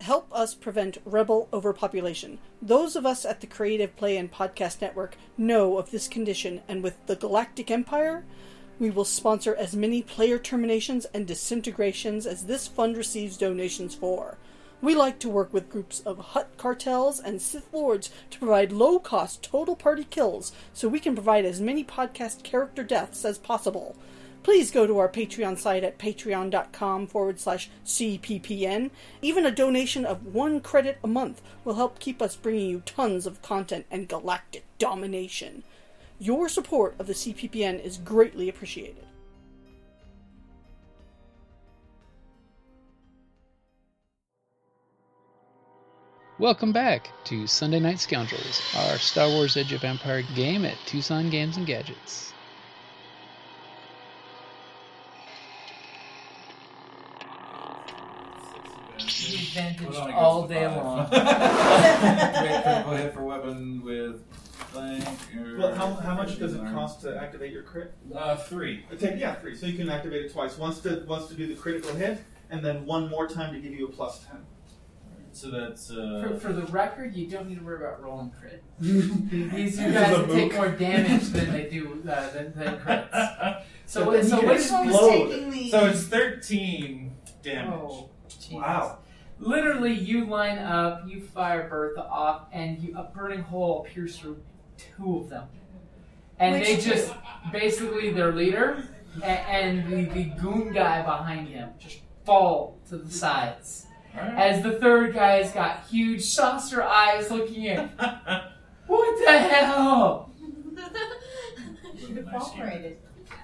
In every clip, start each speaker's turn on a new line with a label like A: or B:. A: help us prevent rebel overpopulation. Those of us at the Creative Play and Podcast Network know of this condition, and with the Galactic Empire, we will sponsor as many player terminations and disintegrations as this fund receives donations for. We like to work with groups of hut cartels and Sith lords to provide low cost total party kills so we can provide as many podcast character deaths as possible please go to our Patreon site at patreon.com forward slash CPPN. Even a donation of one credit a month will help keep us bringing you tons of content and galactic domination. Your support of the CPPN is greatly appreciated.
B: Welcome back to Sunday Night Scoundrels, our Star Wars Edge of Empire game at Tucson Games and Gadgets.
C: You've
D: Well,
C: vantage
D: that only goes
C: all
D: to
C: day
D: five.
C: long.
D: Make critical hit for weapon with blank. Or
E: Well, how, how much does it cost to activate your crit?
D: Uh, three.
E: Uh, Take yeah, three. So you can activate it twice. Once to once to do the critical hit, and then one more time to give you a plus ten.
D: So that's
C: For,
D: uh,
C: for the record, you don't need to worry about rolling crit. These two guys take more damage than they do uh, than, than crits. So,
E: But
C: what-
E: then
C: so
E: you
C: which one was
E: explode.
C: taking the?
D: so it's thirteen damage.
C: Oh, Jesus.
E: Wow.
C: Literally, you line up, you fire Bertha off, and you a burning hole appears through two of them, and
F: Which-
C: they just basically their leader a- and, and the, the goon guy behind him just fall to the sides.
D: Alright.
C: as the third guy's got huge saucer eyes looking in. What the hell?
F: Should have cooperated.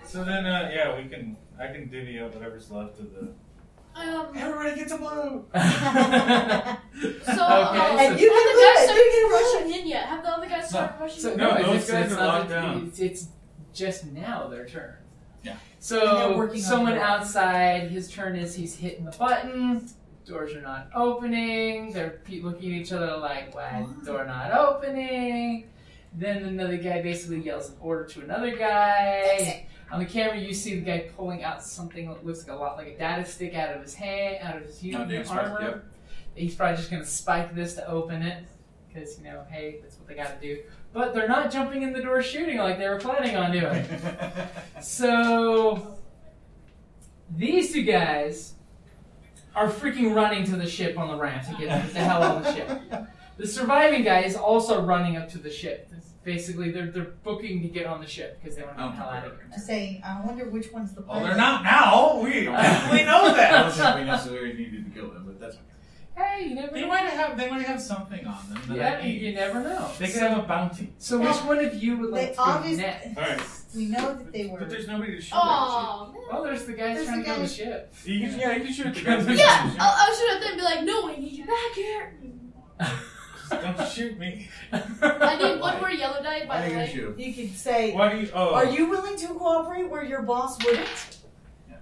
D: So then, uh, yeah, we can. I can divvy up whatever's left of the.
F: Um,
D: Everybody gets a blue.
F: so,
C: Okay,
F: um,
C: so-
F: have the guys started rushing in yet? Have the other guys started rushing
C: So,
F: in?
D: No,
C: it's-
D: those
C: it's,
D: guys
C: it's
D: are
C: not
D: locked
C: that-
D: down.
C: It's, it's just now their turn.
D: Yeah.
F: And they're
C: So
F: working on
C: someone
F: it.
C: outside, his turn is he's hitting the button. Doors are not opening. They're pe- looking at each other like, "Why is the door not opening?" Then another guy basically yells an order to another guy. On the camera, you see the guy pulling out something that looks like a lot like a data stick out of his hand, out of his
D: Oh,
C: uniform,
D: the Xbox,
C: armor.
D: yep.
C: He's probably just gonna spike this to open it, because you know, hey, that's what they gotta do. But they're not jumping in the door shooting like they were planning on doing. so these two guys are freaking running to the ship on the ramp to get the hell on the ship. The surviving guy is also running up to the ship. Basically, they're they're booking to get on the ship because they want to get the hell out of here.
F: I'm saying, I wonder which one's the
D: Well,
F: pilot.
D: they're not now. We definitely know
C: I
D: that.
C: don't think we
D: necessarily needed to kill them, but that's okay.
C: Hey, you never
D: They
C: know.
D: might have. They might have something on them. That
C: Yeah,
D: I
C: you,
D: need.
C: you never know.
D: They could
C: so,
D: have a bounty.
C: so which one of you would
F: They
C: like to go
F: obviously.
C: next?
D: Alright.
F: We know that they were.
D: But there's nobody to shoot. at.
F: Aw, man.
C: Oh, there's the guys
F: There's
C: trying
F: the
C: to go on the
F: guys-
C: ship.
D: You can, yeah, you can shoot at the guys.
F: Yeah, I'll, I'll shoot at them and be like, no, we need you back here.
D: Don't shoot me.
F: I need one more yellow die, by the way.
D: shoot?
G: You could say,
D: Why do you? Oh,
G: "Are you willing to cooperate where your boss wouldn't?"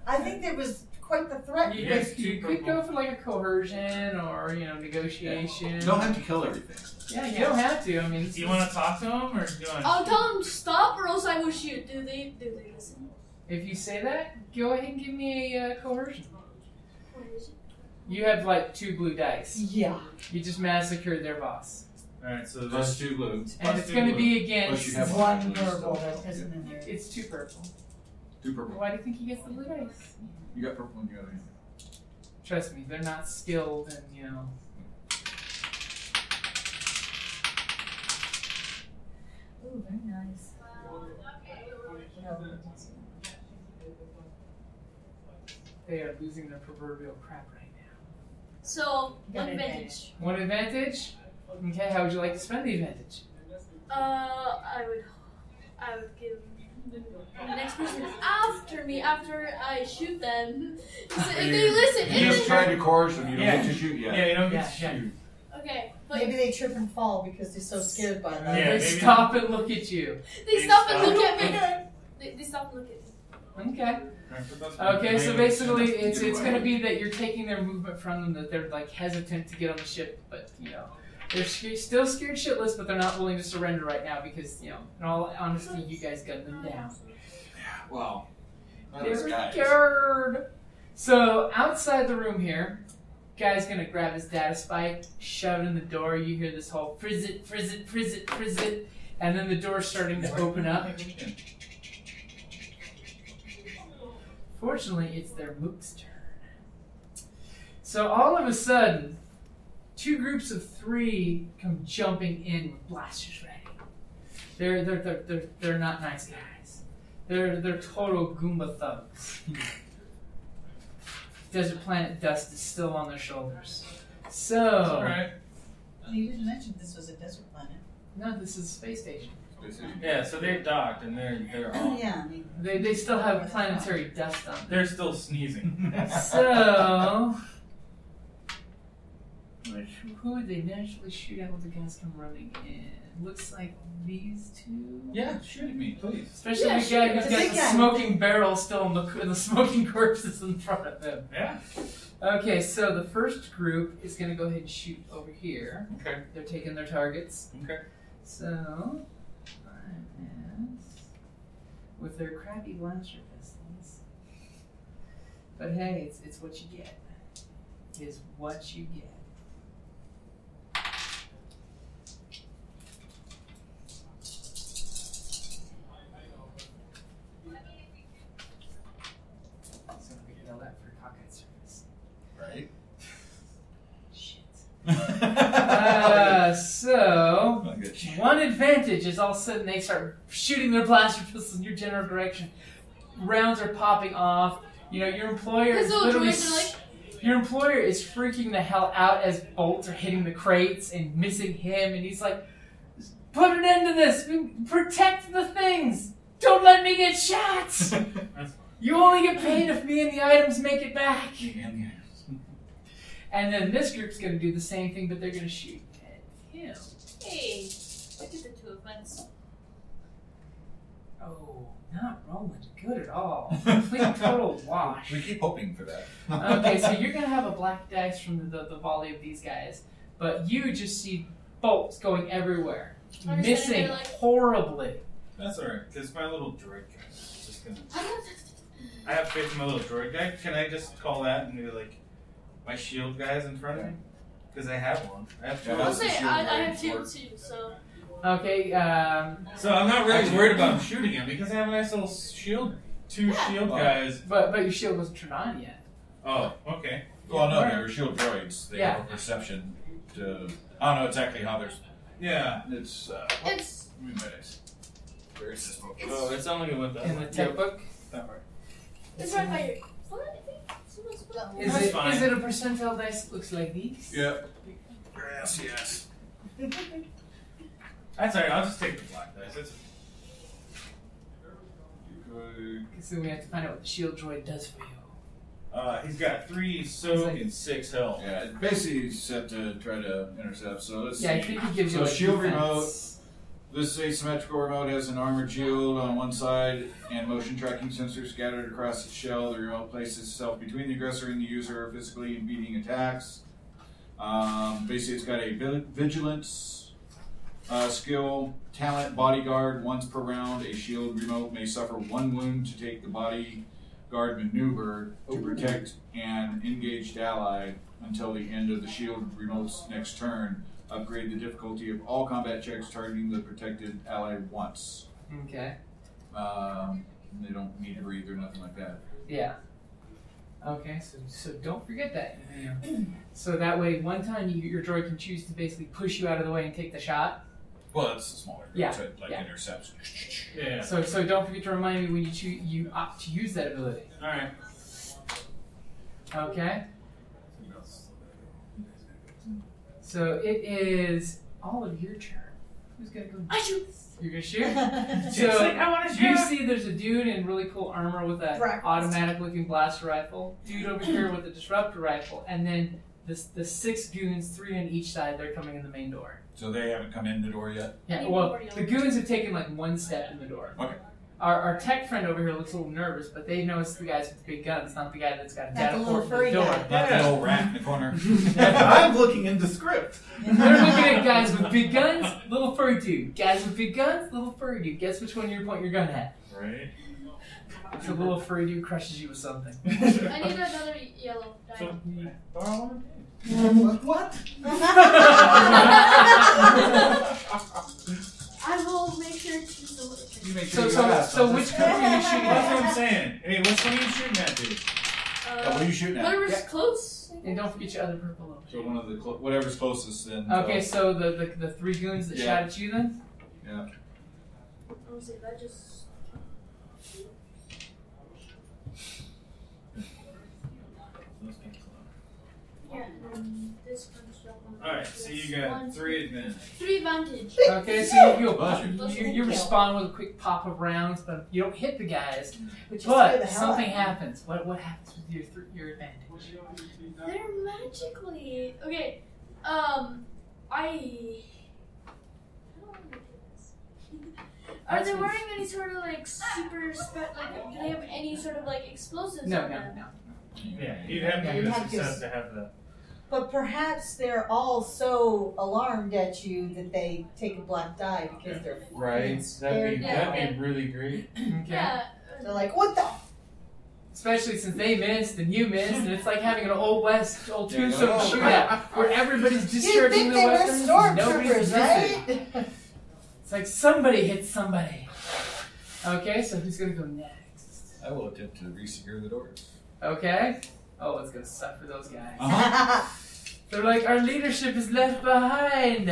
G: I think that was quite the threat.
C: You,
D: Yes,
C: could- you
D: two
C: could go
D: purple.
C: for like a coercion or you know negotiation.
H: have to kill everything.
C: yeah, you don't have to. I mean, it's-
D: Do you want to talk to him or do you want?
F: I'll tell them stop or else I will shoot. Do they, do they listen?
C: if you say that, go ahead and give me a uh, coercion.
F: Where is it?
C: You have like two blue dice.
G: Yeah.
C: You just massacred their boss,
D: All right, so
H: Plus
D: that's
H: two blue.
C: and it's going to be
H: Plus you
C: against.
H: have
G: One
H: blue
G: verbal
H: still.
G: that isn't in there.
C: It's two purple.
H: Two purple.
C: Why do you think he gets the blue dice?
H: You got purple and you got anything.
C: Trust me, they're not skilled and you know.
F: Ooh, very nice.
C: They are losing their proverbial crap right now.
F: So,
G: Got
F: one
G: an
F: advantage.
C: One advantage. Okay, how would you like to spend the advantage?
F: Uh, I would, I would give the next person after me after I shoot them. So if they listen,
H: You
F: if
H: just
F: they,
H: tried to coerce them. You don't
D: Yeah.
H: get to shoot yet.
D: yeah, you don't get
C: Yeah,
D: to shoot.
F: okay. Like,
G: Maybe they trip and fall because they're so scared by that.
C: they
E: Yeah, maybe-
C: stop and look at you.
F: they
E: They
F: stop and
E: stop.
F: look at me. They, they stop and look at me.
C: Okay.
I: Okay.
C: Okay, so
E: Maybe.
C: basically, it's it's
D: Either way.
C: gonna be that you're taking their movement from them, that they're like hesitant to get on the ship, but you know. They're sc- still scared shitless, but they're not willing to surrender right now because, you know, in all honesty, you guys gunned them down.
D: Wow. Not
C: They're
D: those guys.
C: scared. So outside the room here, guy's gonna grab his data spike, shove it in the door. You hear this whole frizz it, frizz it, frizz it, frizz it, and then the door's starting to open up. Fortunately, it's their mook's turn. So all of a sudden, two groups of three come jumping in with blasters ready. They're they're they're they're, they're not nice guys. They're they're total Goomba thugs. Desert Planet dust is still on their shoulders.
E: It's
C: So
E: alright.
G: You didn't mention this was a desert planet.
C: no, this is space station.
E: Yeah, so they're docked and they're they're
F: Oh,
D: Oh.
E: all
G: yeah, I mean,
C: They they still have planetary dust on them.
E: they're still sneezing.
C: So, which, who would they naturally shoot at when the guys come running in? Looks like these two.
E: Yeah, shoot at me, please.
C: Especially
F: Yeah,
C: the guy
F: shoot,
C: who's
G: the
C: got
G: big
C: the
G: guy.
C: smoking barrel still in the, and the smoking corpses in front of him.
E: Yeah.
C: Okay, so the first group is going to go ahead and shoot over here.
E: Okay.
C: They're taking their targets.
E: Okay.
C: So, five with their crappy blaster pistols. But hey, it's, it's what you get. Is what you get. So we get all that for cockeyed service.
D: Right?
C: Shit. Uh, so
D: Not good.
C: one advantage is all of a sudden they start shooting their blaster pistols in your general direction. Rounds are popping off. You know your employer
F: His
C: is
F: little
C: literally
F: droids are
C: s- your employer is freaking the hell out as bolts are hitting the crates and missing him, and he's like, "Put an end to this. Protect the things. Don't let me get shot.
E: That's fine.
C: You only get paid if me and the items make it back."
D: And the
C: And then this group's going to do the same thing, but they're going to shoot at him.
F: Hey, I did the two events.
C: Oh, not rolling good at all. Complete total wash.
D: We keep hoping for that.
C: Okay, so you're gonna have a black dice from the, the, volley of these guys, but you just see bolts going everywhere,
F: Or is it
C: missing
F: gonna be like-
C: horribly.
E: That's alright, because my little droid guy is just gonna
F: I'm not-
E: I have faith in my little droid guy. Can I just call that and be like my shield guy's in front of me? Because I have one. I have two.
D: Yeah,
F: I'll
D: that's-
F: say I, I have two
D: Sure.
F: too, so.
C: Okay, um,
E: So I'm not really worried about shooting him because I have a nice little shield. Two shield
D: Oh.
E: guys.
C: but but your shield wasn't turned on yet.
E: Oh, okay.
D: Well, no, they're shield droids. They
C: Yeah.
D: have a perception to. I don't know exactly how they're.
E: Yeah.
D: It's. Uh,
F: It's.
D: wait a minute. Where is this book?
E: Oh, it's only with that.
C: In the tech book,
E: That worked.
F: It's right by your. What? I think someone's put
C: is
E: That's
C: it
E: fine.
C: is it a percentile dice? Looks like these.
D: Yep. Yes, yes.
E: That's alright. I'll just take the black dice. It's,
C: So we have to find out what the shield droid does for you.
E: uh, he's got three soak and six health.
D: Yeah, it basically you just have to try to intercept. So let's
C: Yeah, I
D: see.
C: think it gives you
D: So
C: like
D: shield
C: defense.
D: remote. This asymmetrical remote has an armored shield on one side and motion tracking sensors scattered across its shell. The remote places itself between the aggressor and the user, physically impeding attacks. Um, basically, it's got a vil- vigilance uh, skill, talent, bodyguard once per round. A shield remote may suffer one wound to take the bodyguard maneuver to protect an engaged ally until the end of the shield remote's next turn. Upgrade the difficulty of all combat checks targeting the protected ally once.
C: Okay.
D: Um, they don't need to breathe or nothing like that.
C: Yeah. Okay, so, so don't forget that. So that way, one time you, your droid can choose to basically push you out of the way and take the shot.
D: Well, it's a smaller
C: Yeah,
D: so it, like
C: yeah.
D: intercepts.
E: Yeah.
C: So so don't forget to remind me when you choose you opt to use that ability.
E: Alright.
C: Okay. So it is all of your turn. Who's gonna go?
F: I shoot.
C: You're gonna shoot.
E: It's
C: So-
E: like, I want to
C: You
E: shoot.
C: see, there's a dude in really cool armor with that
G: Right.
C: automatic-looking blaster rifle. Dude over here with a disruptor rifle, and then This the six goons, three on each side. They're coming in the main door.
D: So they haven't come in the door yet.
C: Yeah, well, the goons have taken like one step in the door.
D: Okay.
C: Our, our tech friend over here looks a little nervous, but they know it's the guys with the big guns, not the guy that's got a
G: Not the little
C: data
G: furry
C: the door.
G: guy.
D: Not the old rat in the corner.
J: I'm looking in the script.
C: They're looking at guys with big guns, little furry dude. Guys with big guns, little furry dude. Guess which one you point your gun at?
E: Right.
C: If the little furry dude crushes you with something.
F: I need another yellow diamond.
E: So, you borrow one?
J: what?
F: I will make sure to deliver.
D: You make
C: so,
D: sure you
C: so,
D: ask.
C: so which one are you shooting
E: That's
C: at?
E: what I'm saying. Hey, what's what are you shooting at, dude?
D: Yeah, what are
F: Uh,
D: you shooting at?
F: whatever's close.
C: And don't forget your other purple one.
D: So one of the clo- whatever's closest then.
C: Okay, so the, the, the three goons that
D: Yeah.
C: shot at you then?
F: Honestly, that just. Yeah, um, this one's not one.
E: Alright, so you got three advantage.
F: Three advantage.
C: Okay, so you,
D: Bless you.
C: you, you, you respond with a quick pop of rounds, but you don't hit the guys.
G: Which is where the
C: But
G: hell I
C: something
G: am.
C: happens. What, what happens with your, th- your advantage?
F: They're magically okay. Um, I. I don't want to do this. Are
C: That's
F: they
C: what-
F: wearing any sort of like super spe- like? Do they have any sort of like explosives?
C: No,
F: on
C: no,
F: them?
C: no.
E: Yeah, you'd have
G: Yeah,
E: to
G: you'd
E: use
G: have to
E: success
G: s-
E: to have the.
G: But perhaps they're all so alarmed at you that they take a black die because they're
E: Right. That'd
G: scared.
E: be
F: Yeah.
E: that'd be really great.
C: Okay.
F: Yeah.
G: They're like, what the?
C: Especially since they missed and you missed, and it's like having an old west, old
D: Yeah,
C: tombstone
D: oh.
C: shootout where everybody's
G: You
C: discharging
G: think
C: the
G: they were
C: weapons. Nobody's
G: stormtroopers,
C: missing.
G: right?
C: It's like somebody hit somebody. Okay, so who's gonna go next?
D: I will attempt to resecure the door.
C: Okay. Oh, it's gonna suck for those guys.
D: Uh-huh.
C: They're like, our leadership is left behind.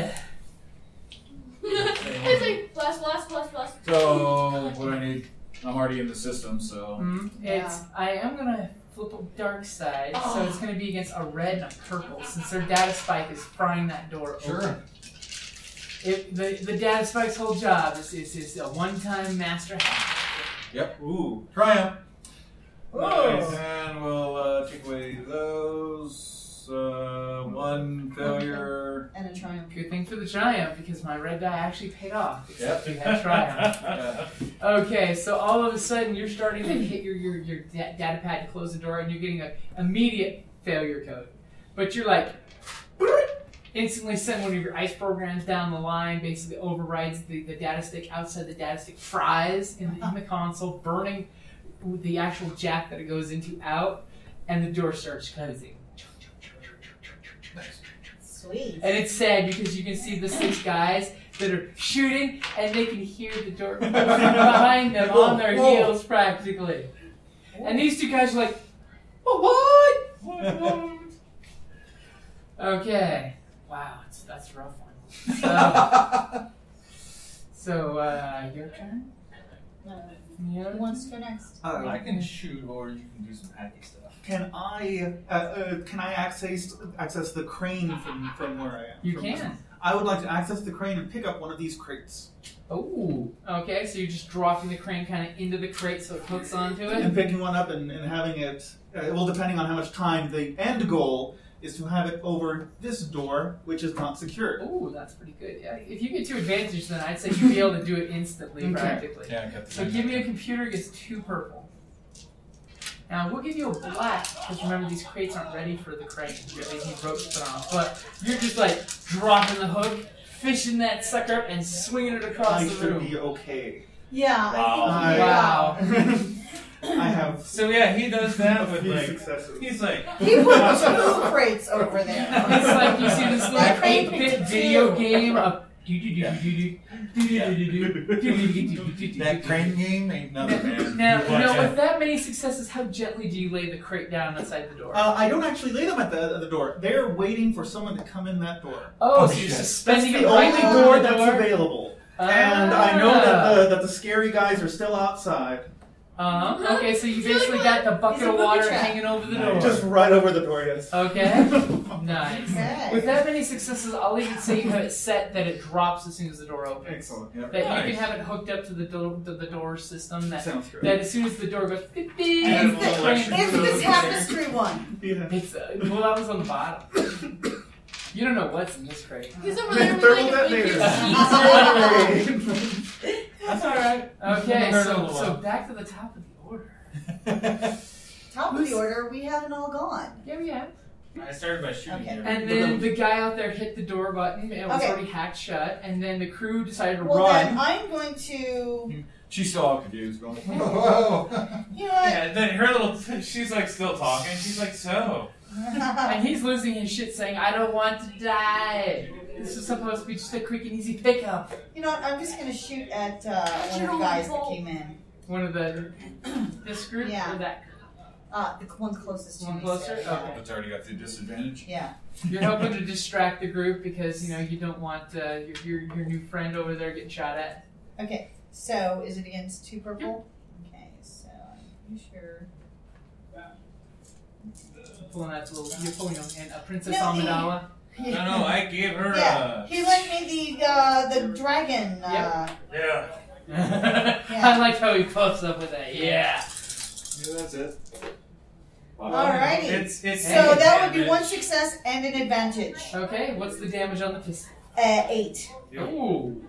F: it's like blast, blast, blast, blast.
D: So what I need, I'm already in the system. So
C: Hmm, It's. I am gonna flip a dark side, so it's gonna be against a red and a purple, since their data spike is frying that door open.
D: sure.
C: It, the, the data spike's whole job is, is, is a one-time master hack.
D: Ooh, triumph. Nice.
G: Ooh.
D: And we'll uh, take away those. Uh, one failure.
G: And a triumph.
C: Good thing for the triumph because my red die actually paid off. Except
D: Yep.
C: you had triumph.
D: Yeah.
C: Okay, so all of a sudden you're starting to hit your your your da- data pad to close the door, and you're getting an immediate failure code. But you're like, instantly send one of your ice programs down the line. Basically, overrides the, the data stick outside. The data stick fries in the, in the console, burning the actual jack that it goes into out, and the door starts closing.
G: Sweet.
C: And it's sad because you can see the six guys that are shooting and they can hear the door open behind them on their
D: Whoa.
C: heels practically. And these two guys are like, "Wha- what? okay. Wow, it's, that's a rough one. So, so uh, your turn?
G: No.
C: Yeah.
G: Uh, Who wants to go next?
J: Uh,
D: I can shoot, or you can do some hacking stuff.
J: Can I uh, uh, can I access access the crane from, from where I am?
C: You
J: From-
C: can.
J: I would like to access the crane and pick up one of these crates
C: Oh, okay. So you're just dropping the crane kind of into the crate so it hooks onto
J: and
C: it.
J: picking one up and, and having it. Uh, well, depending on how much time, the end goal is to have it over this door, which is not secured.
C: Ooh, that's pretty good. Yeah. If you get two advantages, then I'd say you'd be able to do it instantly,
J: Okay.
C: practically.
D: Yeah, I got the.
C: So
D: thing.
C: give me a computer gets two purple. Now we'll give you a black because remember these crates aren't ready for the crate. You really need ropes to put on. But you're just like dropping the hook, fishing that sucker up, and swinging it across
J: I
C: the
J: should
C: room.
J: be okay.
G: Yeah, I
J: Wow.
G: think
C: Wow.
J: I have
E: So yeah, he does that
J: a
E: with
J: few
E: like
J: successes.
E: he's like
G: He put two crates over there.
C: It's like you see this
G: That
C: little
G: crate
C: 8-bit
G: picked
C: video
G: two.
C: game of. That
D: That crane game ain't nothing, man.
C: Now,
E: Watch
C: now
E: out.
C: with that many successes, how gently do you lay the crate down outside the door?
J: Uh, I don't actually lay them at the, at the door. They're waiting for someone to come in that door.
C: oh,
D: oh,
C: so you're
D: shit.
C: suspending
J: the
C: it
J: only
C: right
J: door
C: before the
J: that's
C: door.
J: available. And I know
C: Ah.
J: that the, that the scary guys are still outside.
C: Uh-huh. Okay, so you basically got the bucket
G: It's a
C: of
G: booby
C: water
G: trap.
C: hanging over the door.
J: Just right over the door, yes.
C: Okay. nice.
G: Okay.
C: With that many successes, I'll even say you have it set that it drops as soon as the door opens.
J: Excellent.
D: Yep.
C: That you
E: Nice.
C: can have it hooked up to the door, to the door system. That
J: Sounds great.
C: that as soon as the door goes, beep, beep,
E: Add a
G: It's
E: little
C: it's
G: the,
E: electric
G: it's
E: glue
G: the
E: in
G: tapestry one.
J: Yeah.
C: It's uh, well, that was on the bottom. you don't know what's in this crate.
F: He's over there with
J: Thermal
F: like a big
J: detonators.
F: sheet.
C: That's all right. Okay,
E: Heard
C: so
E: of
C: so
E: one.
C: back to the top of the order.
G: Top of the order, we haven't all gone.
C: Yeah, we have.
E: I started by shooting
G: Okay.
E: everyone.
C: And then the guy out there hit the door button, and it was
G: Okay.
C: already hacked shut. And then the crew decided to
G: Well, then
C: run.
G: I'm going to.
D: She's still all confused, going, whoa.
G: You know what?
E: Yeah, then her little, she's like still talking. She's like, so.
G: uh,
C: And he's losing his shit, saying, "I don't want to die. This is supposed to be just a quick and easy pickup."
G: you know what? I'm just going to shoot at uh, one of the guys that came in.
C: One of the this group
G: Yeah.
C: or that group?
G: Uh, the one closest to
C: One
G: me.
C: closer?
G: Sarah.
C: Okay.
D: It's already got the disadvantage.
G: Yeah.
C: You're hoping to distract the group because you know you don't want uh, your, your your new friend over there getting shot at.
G: Okay. So is it against two purple? Okay. So I'm pretty sure.
C: Pulling that little, you're pulling on and a Princess
G: No, he-
C: Amidala.
E: No, no, I gave her
G: Yeah,
E: a.
G: he lent me the uh, the dragon. Uh,
E: Yeah.
C: I like how he puffs up with that. Yeah.
D: Yeah, that's it.
G: Alrighty.
E: It's, it's
G: So
C: Hey,
G: that would be
E: damage.
G: one success and an advantage.
C: Okay, what's the damage on the pistol?
G: Uh, eight.
E: Yep.
C: Ooh,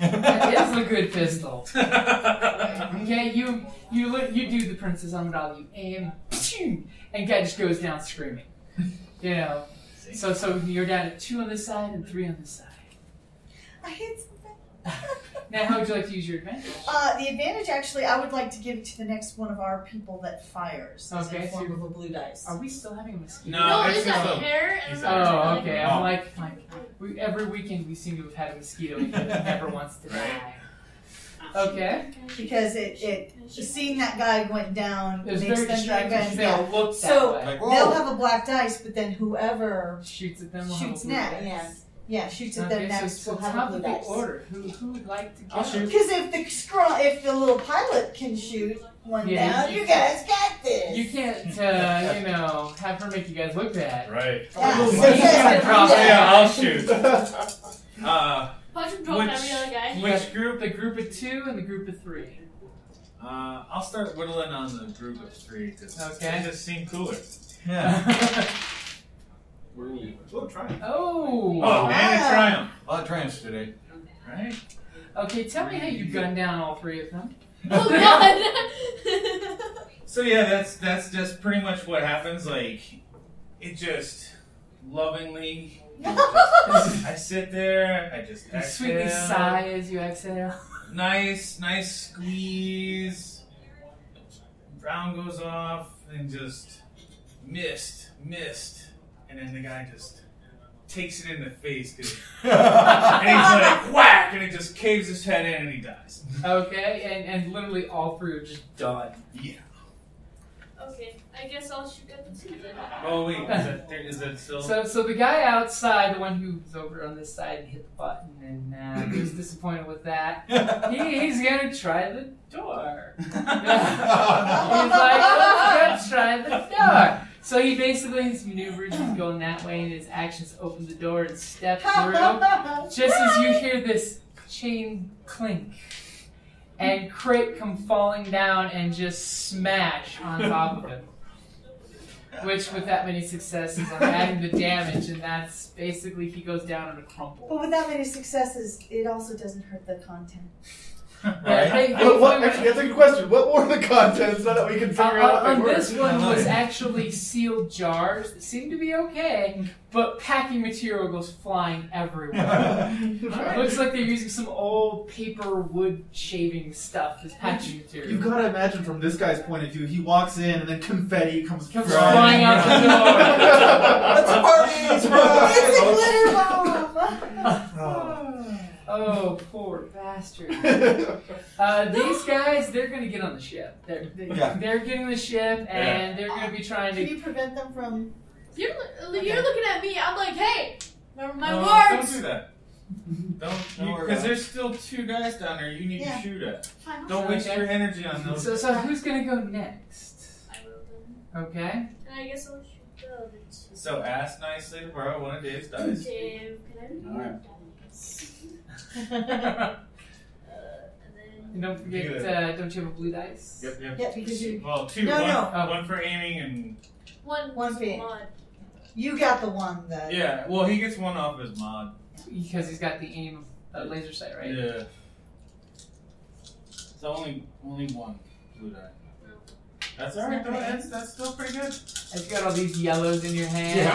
C: that is a good pistol. Okay, you you look, you do the Princess Amidala, you aim, pshing, and guy just goes down screaming. You know, so so you're down at two on this side and three on this side.
G: I hit something.
C: Now, how would you like to use your advantage?
G: Uh, the advantage, actually, I would like to give to the next one of our people that fires. as
C: Okay,
G: a
C: so
G: form
C: you're-
G: of a blue dice.
C: Are we still having a mosquito?
E: No,
F: No,
E: it's
F: it's a
E: just a-
F: hair.
E: he's
F: and
E: a-
C: Oh, okay. I'm
E: Oh.
C: like, like we, every weekend we seem to have had a mosquito and it never wants to die. Okay.
G: Because it, it seeing that guy went down
C: It's
G: makes
C: very
G: them
C: distracting. 'cause
G: even.
C: They
G: Yeah.
C: all look that
G: So-
C: way.
D: Like,
G: They'll
D: whoa.
G: have a black dice, but then whoever
C: Shoots at them. will have a
G: shoots
C: blue
G: next,
C: dice.
G: yeah, yeah, shoots at
C: Okay,
G: them
C: so,
G: next
C: so
G: will have
C: top
G: a blue
C: of the
G: dice.
C: order. Who who would like to go?
E: I'll shoot.
G: Because if the scroll, if the little pilot can shoot one
C: Yeah.
G: down, you guys got this.
C: You can't, uh, you know, have her make you guys look bad.
E: Right.
G: Yeah.
C: She's
G: Okay.
C: gonna drop
G: Yeah.
C: it.
E: Yeah, I'll shoot. Uh,
F: Punch him, drop
E: Which-
F: every other guy.
C: You
E: which
C: got-
E: group?
C: The group of two and the group of three.
E: Uh, I'll start whittling on the group of three because
C: Okay.
E: they just seem cooler.
D: Yeah. Where are we?
J: Oh, try.
C: oh.
E: Oh, and a
G: Wow.
E: triumph,
D: A lot of triumphs today.
E: right?
C: Okay, tell me how you gun down all three of them.
F: Oh god!
E: So yeah, that's that's just pretty much what happens. Like, it just lovingly, I sit there, I just
C: You
E: exhale,
C: sweetly sigh as you exhale.
E: nice, nice squeeze. Round goes off and just missed, missed, and then the guy just takes it in the face 'cause- and he's like whack, and it just caves his head in and he dies.
C: Okay, and, and literally all three are just done.
F: okay, I guess I'll shoot at the two then.
E: Oh wait, is that, there, is that still?
C: So, so the guy outside, the one who was over on this side and hit the button and uh, he was disappointed with that, he, he's gonna try the door. He's like, let's go try the door. So he basically, his maneuvers, he's going that way, and his actions open the door and step through. Just as you hear this chain clink and crate come falling down and just smash on top of it. Which, with that many successes, I'm adding the damage, and that's basically he goes down in a crumple.
G: But with that many successes, it also doesn't hurt the content.
C: Yeah, hey, hey,
J: What, what,
C: wait a
J: actually, that's a good question. What were the contents so that we can figure
C: Uh,
J: out
C: on
J: if they
C: this
J: were?
C: one was actually sealed jars that seemed to be okay, but packing material goes flying everywhere. Looks like they're using some old paper wood shaving stuff as packing
J: You've
C: material.
J: got to imagine from this guy's point of view, he walks in and then confetti comes,
C: Comes
J: flying
C: flying out the
G: It's a party! It's a glitter bomb!
C: Oh, poor bastard. Uh, these guys, they're going to get on the ship. They're, they're,
D: Yeah.
C: they're getting the ship, and they're going to be trying
G: Can
C: to.
G: you prevent them from
F: You're, you're looking at me, I'm like, hey! Remember my
E: No,
F: words!
E: Don't do that. Don't
D: Don't worry
E: because
D: about it.
E: there's still two guys down there. You need
G: Yeah.
E: to shoot at.
F: Fine.
E: Don't
F: I'll
E: waste
F: try.
E: your energy on those.
C: So, so who's gonna go next?
F: I will then.
C: Okay.
F: And I guess I'll shoot the other two.
E: So ask nicely to borrow one of Dave's dice.
F: Dave, can I do
D: Alright.
F: dice?
E: yep,
F: Uh, and
C: And don't forget, uh, don't you have a blue dice?
E: yep.
G: Yeah, because you
E: Well, two.
G: No,
E: one- uh,
G: no.
C: Oh.
E: one for aiming and
F: then one,
G: One
F: is
G: bit.
F: mod.
G: you got the one that
E: yeah. Well, he gets one off his mod.
C: Because he's got the aim of uh, laser sight, right?
E: Yeah. So only only one blue die. That's alright though. That's that's still pretty good.
C: And you got all these yellows in your hand.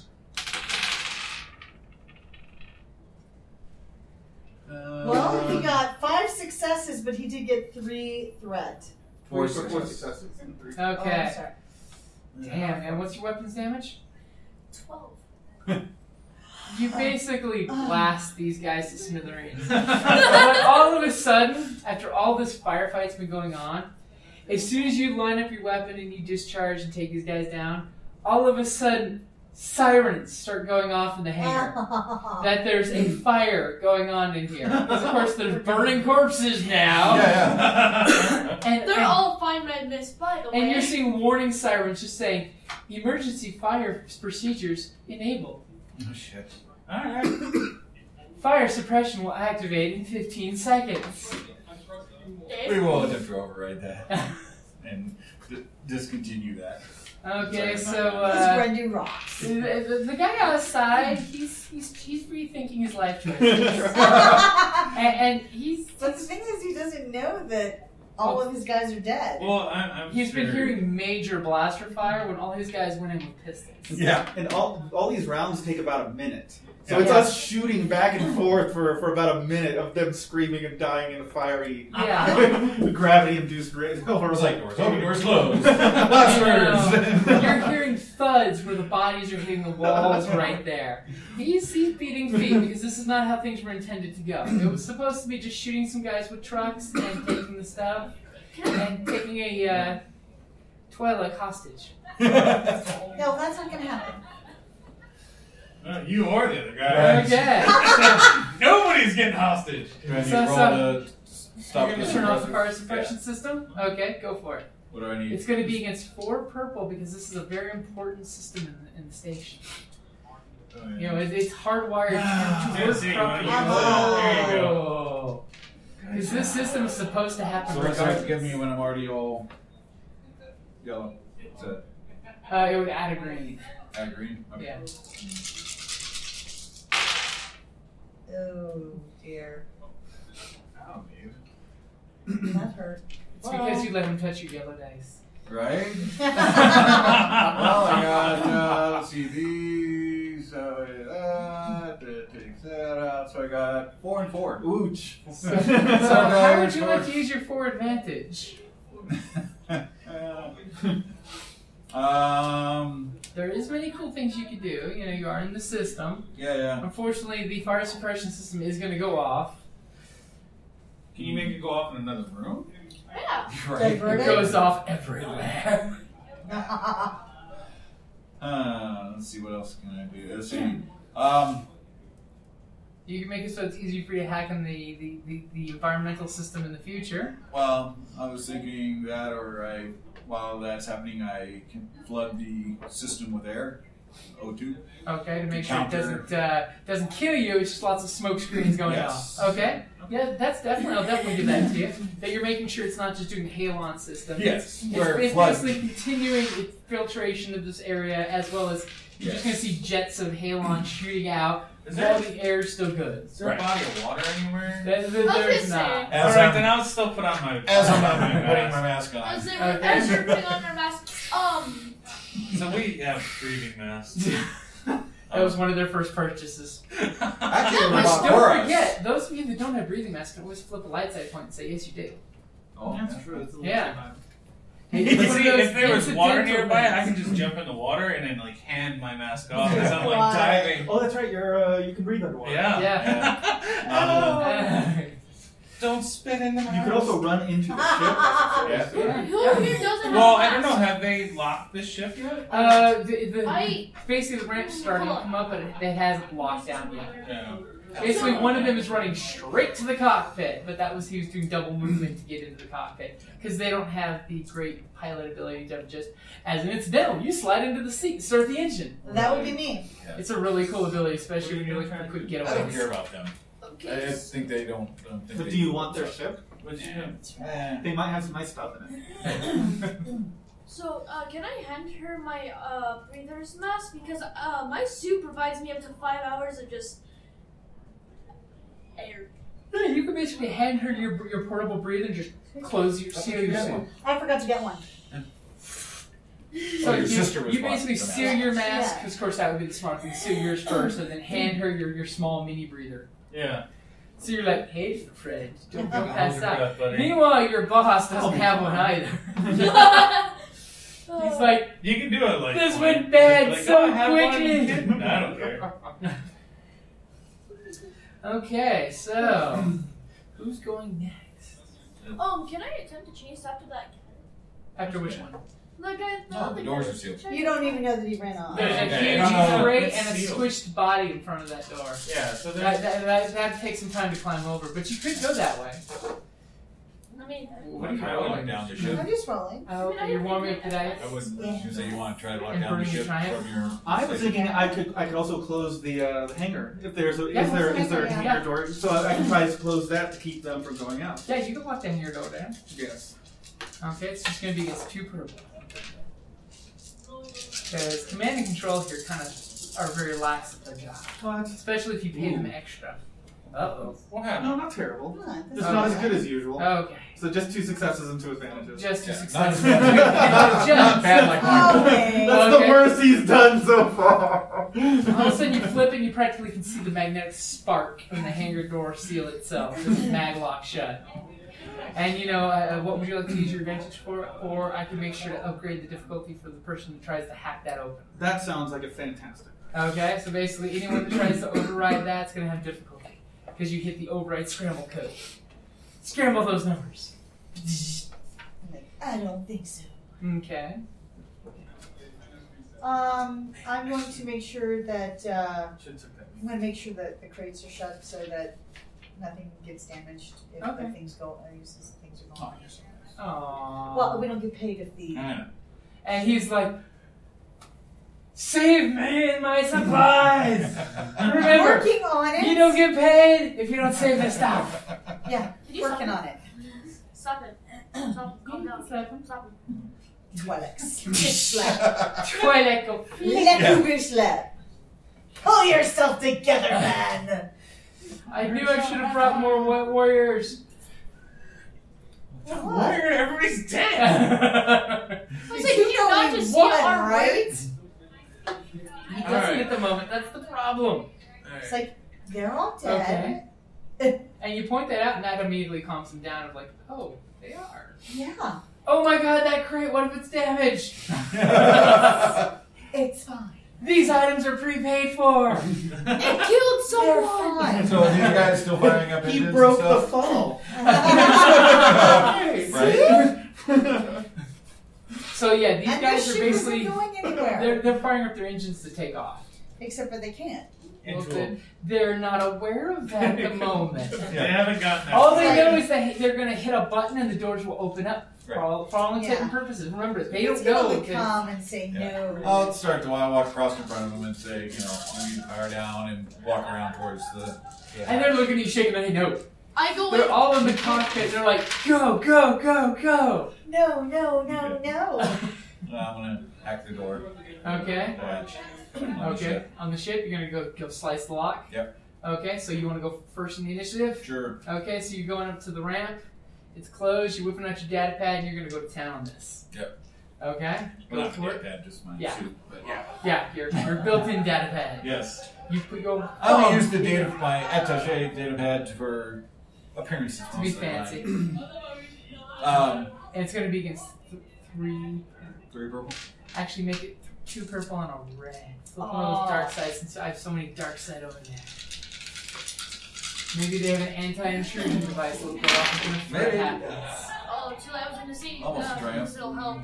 E: Yeah.
G: Well, he got five successes, but he did get three threat.
I: Four, successes. four successes and three.
G: Oh, I'm
C: Okay.
G: sorry.
C: Damn, man, what's your weapons damage?
F: Twelve.
C: You
G: Uh,
C: basically
G: uh.
C: blast these guys to smithereens. but all of a sudden, after all this firefight's been going on, as soon as you line up your weapon and you discharge and take these guys down, all of a sudden, sirens start going off in the hangar. that there's a fire going on in here. Because of course there's burning corpses now.
E: yeah.
C: And,
F: They're
C: and,
F: all fine by Miss, by the
C: and
F: way.
C: you're seeing warning sirens just saying, emergency fire procedures enabled.
E: oh shit. Alright.
C: Fire suppression will activate in 15 seconds.
F: Dave?
D: We will attempt to override that and d- discontinue that. Sorry,
C: Okay, so
D: my-
G: This is
C: uh,
G: Brendan Rocks.
C: the, the- the guy outside, he's, he's, he's rethinking his life choices.
G: but
C: and, and he's,
G: the thing is, he doesn't know that all of his guys are dead.
E: Well, I'm, I'm
C: he's
E: sure.
C: been hearing major blaster fire when all his guys went in with pistols.
D: Yeah.
J: And all all these rounds take about a minute. So
E: Yeah.
J: it's us shooting back and forth for, for about a minute of them screaming and dying in a fiery
C: Yeah.
J: gravity induced race.
D: I was like, doors open, doors closed.
C: You're
D: Monsters.
C: hearing thuds where the bodies are hitting the walls right there. He's, he's beating feet because this is not how things were intended to go. It was supposed to be just shooting some guys with trucks and taking the stuff and taking a uh, toilet hostage.
G: No, that's not going to happen.
E: Uh, you are the other guy.
C: Okay.
E: Nobody's getting hostage.
D: Can
C: So-
D: I roll
C: so-
D: to s- stop
C: You're
D: the
C: gonna turn off the
D: suppressors?
C: fire suppression system? Okay, go for it.
D: Yeah. What do I need?
C: It's going to be against four purple because this is a very important system in the, in the station.
D: Oh, yeah.
C: You know, it, it's hardwired to
E: Didn't
C: work
E: see Ah, you, huh?
C: properly.
E: You- There you go.
C: Oh. Because this system is supposed to happen
D: So what's that
C: regardless.
D: give me when I'm already all yellow? Is that
C: uh, it would add a green.
D: add green? Okay.
C: Yeah.
G: Oh, dear.
D: Oh, dude.
G: That hurt.
C: It's because you let him touch your yellow dice.
D: Right? well,
E: Oh
D: I got, uh, let's see, these, uh, that, that takes that out, so I got four and four.
J: Ouch.
C: So, so how would you like to use your four advantage?
D: um,
C: There is many cool things you could do. You know, you are in the system.
D: yeah, yeah.
C: Unfortunately, the fire suppression system is going to go off.
E: Can you make it go off in another room?
F: Yeah.
D: Right.
C: It goes off everywhere.
D: Uh, let's see, what else can I do? Let's see. Um,
C: You can make it so it's easy for you to hack on the, the, the, the environmental system in the future.
D: well, I was thinking that, or I, while that's happening, I can flood the system with air, O2.
C: Okay, to make
D: To
C: sure it
D: counter.
C: doesn't uh, doesn't kill you. It's just lots of smoke screens going
D: Yes.
C: off. Okay, yeah, that's definitely I'll definitely give that to you. That you're making sure it's not just doing the halon system.
D: Yes,
C: it's,
D: where it
C: it's
D: floods.
C: basically continuing the filtration of this area as well as you're just gonna
D: Yes.
C: see jets of halon shooting out
E: Is
C: while
E: there,
C: the air's still good.
E: is there
D: Right.
E: a body of water anywhere?
C: There- there-
F: I was
C: there's
F: gonna say.
C: not.
D: As
E: Alright,
D: I'm-
E: then I'll still put on my.
D: As I'm
E: my
D: putting my mask
E: mask.
F: I
D: on.
F: was like,
C: Okay.
F: as you're putting on our mask, um,
E: So we have breathing masks.
C: That was one of their first purchases.
D: I can't remember
C: Which
D: about
C: don't
D: Boris.
C: forget, those of you that don't have breathing masks can always flip a lights at a point and say, "Yes, you do."
D: Oh, that's true.
C: Yeah.
E: See,
C: It's one of those
E: if there was water
C: incidental
E: nearby, I
C: things.
E: can just jump in the water and then like hand my mask off because I'm Oh, like
G: Wow.
E: diving.
J: Oh, that's right. You're uh, you can breathe underwater.
D: Um,
E: Yeah.
C: Yeah.
E: yeah.
D: Novel.
C: Uh,
E: Don't spit in the
J: You could also run into the ship.
D: Yeah.
F: Who here doesn't
E: Well, I
F: have
E: don't
F: a
E: know.
F: mask?
E: Have they locked this ship yet?
C: Uh, the, the,
F: I-
C: basically the ramp's starting to come up, but it, it hasn't locked down yet.
E: Yeah.
C: Basically, one of them is running straight to the cockpit, but that was he was doing double movement to get into the cockpit because they don't have the great pilot ability to just as an incidental, you slide into the seat, and start the engine.
G: That would be me.
C: It's a really cool ability, especially when you're looking for quick
D: I don't care
C: getaways.
D: about them. I
F: Okay.
D: just think they don't. don't think
J: But
D: they
J: do you want their ship?
E: What'd you do?
D: Eh.
J: They might have some nice stuff in it.
F: So, uh, can I hand her my uh, breather's mask? Because uh, my suit provides me up to five hours of just air.
C: No, you can basically hand her your, your portable breather and just close your seal your suit.
G: I forgot to get one.
C: So
D: Oh, your
C: you,
D: sister was
C: you basically
D: watching the
C: seal
D: mask.
C: your mask,
G: Yeah.
C: because of course that would be the smart thing. Seal yours first, and then hand her your, your small mini breather.
E: Yeah.
C: So you're like, hey, Fred, don't go
E: Hold your
C: past that.
E: breath, buddy.
C: Meanwhile, your boss doesn't
J: Oh.
C: have one either. He's
F: He's
C: like,
E: You can do it like
C: this
E: one.
C: went bad
E: Like,
C: so
E: oh, I have one.
C: quickly.
E: I don't care.
C: okay, so who's going next?
F: um, can I attempt to chase after that?
C: After which one?
F: That guy.
D: No, the doors are sealed.
G: You don't even know that he ran off.
C: There's a
D: Okay.
C: huge
E: Oh, No, no,
C: grate
E: it's
C: and a
E: sealed.
C: squished body in front of that door.
E: Yeah. So there's
C: That, that, that, that takes some time to climb over, but you could go that way.
F: I mean,
D: What are you trying to lock down the ship?
G: I'm just rolling.
C: Oh, you want me to die?
D: I wasn't you say you want to try to lock
C: And
D: down the
C: burn your
D: ship
C: triumph?
D: from your.
J: I was thinking I could I could also close the uh, the hangar if there's a
C: Yeah,
J: is there is there a
C: yeah.
J: hangar door so I, I can try to close that to keep them from going out.
C: Yeah, you can walk down here, go down.
J: Yes.
C: Okay, it's just gonna be it's two purple. Because command and control here kind of are very lax at their job,
J: What?
C: especially if you pay them extra. Uh oh.
E: what happened?
J: No, not terrible.
G: Come on,
J: It's
G: this
C: Uh,
G: is-
J: not as good as usual.
C: Okay.
J: So just two successes and two advantages.
C: Just a
D: Yeah,
C: success.
D: not-
C: Just-
J: Not bad like
G: mine. Okay.
J: That's
C: Okay.
J: the worst he's done so far.
C: All of a sudden, you flip and you practically can see the magnetic spark in the hangar door seal itself, just maglock shut. And you know, uh, what would you like to use your advantage for? Or I can make sure to upgrade the difficulty for the person that tries to hack that open.
J: That sounds like a fantastic.
C: Okay, so basically, anyone that tries to override that's going to have difficulty because you hit the override scramble code. Scramble those numbers.
G: I don't think so.
C: Okay. Uh,
G: Um, I'm going to make sure that uh,
E: Should've took that.
G: I'm going to make sure that the crates are shut so that nothing gets damaged if the
C: Okay.
G: things go or uses things are
D: Oh,
G: gone.
D: yes.
C: Aww.
G: Well, we don't get paid if the
D: Yeah.
C: and he's like, "Save me and my supplies." Remember,
G: working on it.
C: you don't get paid if you don't save this stuff.
G: yeah,
F: did you
G: working
F: stop
G: on it.
F: him? Stop it. Stop him.
C: Oh,
F: Calm down.
C: Slap him.
F: Stop him.
G: Twelix. slap.
C: Toilet go.
G: Let me wish slap. Pull yourself together, man.
C: I knew I should have brought more wa- warriors.
G: What?
E: Everybody's dead.
F: I said, you
G: know
F: not
G: we
F: just see
G: won,
F: our
G: right?
C: He doesn't
E: Alright.
C: at the moment. That's the problem.
G: It's like they're all dead.
C: And you point that out, and that immediately calms him down. Of like, oh, they are.
G: Yeah,
C: Oh my god, that crate, what if it's damaged?
G: it's fine.
C: These items are prepaid for.
F: It killed
G: They're
F: someone.
G: fine.
D: So are these guys still firing up
J: He
D: engines
J: broke
D: and
J: the
D: stuff?
J: fall.
C: Right.
D: Right?
C: So yeah, these
G: and
C: guys
G: this
C: are
G: ship isn't
C: basically
G: going anywhere.
C: they're, they're firing up their engines to take off.
G: Except for they can't.
C: Well,
E: Into
C: they- They're not aware of that at the moment.
E: They haven't gotten that.
C: All Oh, they
G: Right.
C: know is that they're going to hit a button and the doors will open up for
D: Right.
C: all, for all intents
G: Yeah.
C: and purposes. Remember, they don't
G: it's
C: know.
G: gonna
C: that-
G: come and say
D: Yeah. Oh,
G: no.
D: I'll start to I walk across in front of them and say, you know, we need to power down and walk around towards the. the
C: And they're looking at you shaking their head. No,
F: I go
C: they're
F: in.
C: all in the cockpit. They're like, go, go, go, go.
G: No, no, no, no.
D: Uh, I'm gonna hack the door.
C: Okay.
D: Watch.
C: Okay, on the ship, you're gonna go go slice the lock.
D: Yep.
C: Okay, so you want to go first in the initiative.
D: Sure.
C: Okay, so you're going up to the ramp. It's closed. You're whipping out your data pad, and you're gonna go to town on this.
D: Yep.
C: Okay.
D: Well, not
C: for it.
D: that, just my
C: Yeah.
D: suit, but
C: Yeah, your your built-in data pad.
D: Yes.
C: You put your
D: I only
C: thumb
D: use the data my attaché data pad for appearances.
C: to be
D: mostly, right?
C: fancy, and
D: Um,
C: it's gonna be against th- three.
D: three purple.
C: Actually, make it two purple and a red. Flip one
G: Aw.
C: of those dark sides, since I have so many dark side over there. Maybe they have an anti-intrusion device that'll go off when a
D: Maybe.
C: threat happens.
F: Oh, too, I was gonna say,
D: Almost
F: uh,
D: triumph.
F: it'll help.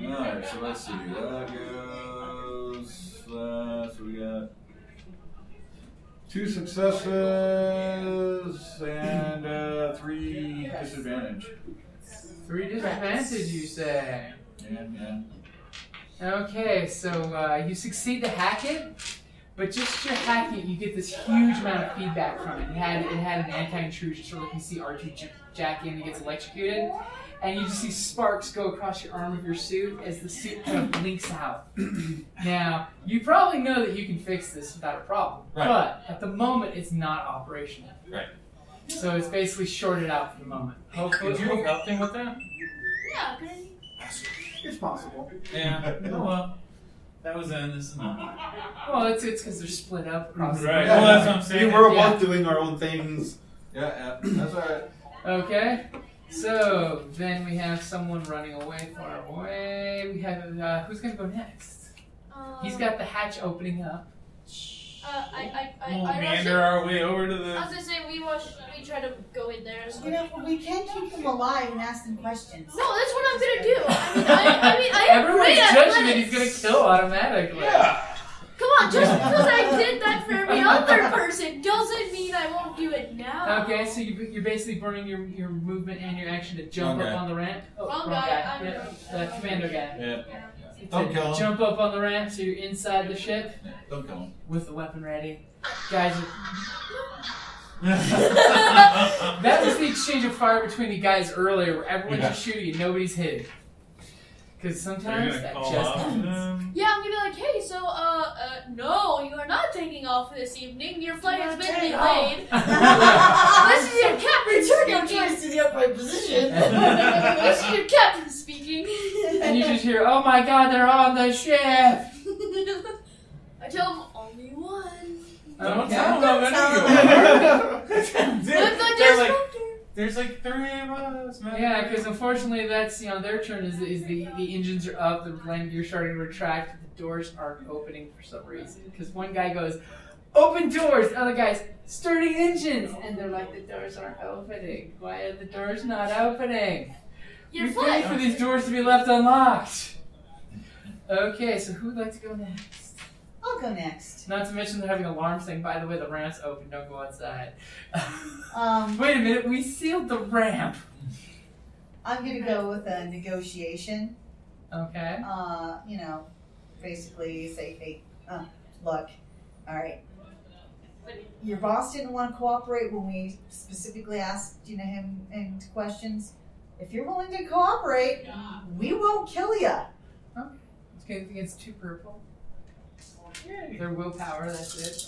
D: Alright, so let's see. That goes. Uh, so we got two successes and uh, three disadvantage.
C: Three disadvantage, you say?
D: Yeah, yeah.
C: Okay, so uh, you succeed to hack it, but just to hack it, you get this huge amount of feedback from it. It had it had an anti-intrusion, so like you see R2 j- jack in and gets electrocuted, and you just see sparks go across your arm of your suit as the suit kind of blinks out. now you probably know that you can fix this without a problem,
D: Right.
C: but at the moment it's not operational.
D: Right.
C: So it's basically shorted out for the moment.
E: Hopefully,
C: Could you
E: you helping with that?
F: Yeah, could I?
J: It's possible.
E: Yeah. Oh well. That was in. This is not.
C: Well, it's it's because they're split up across. the-
E: Right. Well, that's what I'm saying.
J: We were
C: Yeah.
J: both doing our own things.
D: Yeah, yeah. That's alright.
C: Okay. So then we have someone running away, far away. We have uh, who's gonna go next?
F: Um,
C: He's got the hatch opening up.
F: Uh, I, I, I,
E: We'll
F: I, rush
E: meander
F: in.
E: our way over to
F: I was
E: the.
F: gonna say we rush, we try to go in there. as quick-
G: You know, we can keep them alive and ask them questions.
F: No, that's what I'm gonna do. I mean, I, I mean, I am
C: Everyone's
F: great at
C: judging that he's
F: athletics.
C: gonna kill automatically.
E: Yeah.
F: Come on, just because I did that for every other person doesn't mean I won't do it now.
C: Okay, so you, you're basically burning your, your movement and your action to jump
D: Wrong
C: up
D: guy.
C: on the ramp. Oh,
F: Wrong guy, I'm
C: Yeah, the commander guy.
D: Yeah. Don't kill
C: To
D: him.
C: jump up on the ramp so you're inside the ship
D: Don't kill him.
C: with the weapon ready. Guys,
F: Yeah.
C: That was the exchange of fire between the guys earlier, where everyone's
D: Yeah.
C: just shooting and nobody's hitting. Because
E: Are you
C: sometimes
E: gonna
C: that
E: call
C: just
E: off
C: happens.
E: them?
F: Yeah, I'm gonna be like, hey, so, uh, uh, no, you are not taking off this evening. Your flight has been
G: You're not taking
F: delayed. this is your captain
G: Return your
F: speaking.
G: choice to the upright position.
F: this is your captain speaking.
C: and you just hear, "Oh my God, they're on the ship!" Okay.
F: I tell him only one.
E: Don't tell them
J: Don't
F: But
E: anyway.
F: the
E: They're like,
F: disruptor-
E: there's like three of us, man.
C: Yeah, because unfortunately, that's you know their turn is, is the the engines are up, the landing gear starting to retract, the doors aren't opening for some reason. Because one guy goes, "Open doors," the other guy's starting engines, and they're like, "The doors aren't opening. Why are the doors not opening?"
F: Your
C: You're waiting
F: flight.
C: for these doors to be left unlocked. Okay, so who'd like to go next?
G: I'll go next.
C: Not to mention they're having alarms saying, by the way, the ramp's open, don't go outside.
G: Um,
C: Wait a minute, we sealed the ramp.
G: I'm gonna go with a negotiation.
C: Okay.
G: Uh, you know, basically say, hey, uh, look, all right. Your boss didn't want to cooperate when we specifically asked, you know, him and questions. If you're willing to cooperate, we won't kill you.
C: It's going against two purple. Their willpower, that's it.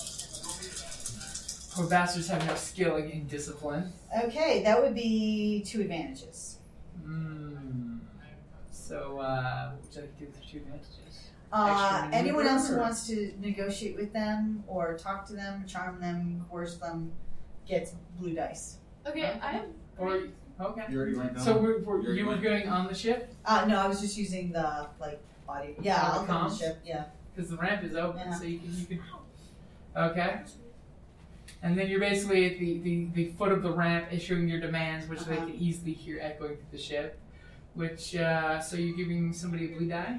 C: Poor bastards have no skill in discipline.
G: Okay, that would be two advantages.
C: Mm. So, uh, what would you like to do with the two advantages?
G: Uh,
C: Actually,
G: anyone else who
C: remember.
G: wants to negotiate with them or talk to them, charm them, coerce them, gets blue dice.
F: Okay, I have.
C: Or, okay.
I: You already went down.
C: So we're, we're,
D: You're
C: you were
D: going-
C: going on the ship?
G: Uh, no, I was just using the like body.
C: Oh,
G: Yeah, I'll
C: the
G: go on
C: comms?
G: the ship. Yeah.
C: Because the ramp is open,
G: Yeah.
C: so you can, you can. Okay. And then you're basically at the, the, the foot of the ramp issuing your demands, which they
G: Uh-huh.
C: can easily hear echoing through the ship. Which, uh, so you're giving somebody a blue die?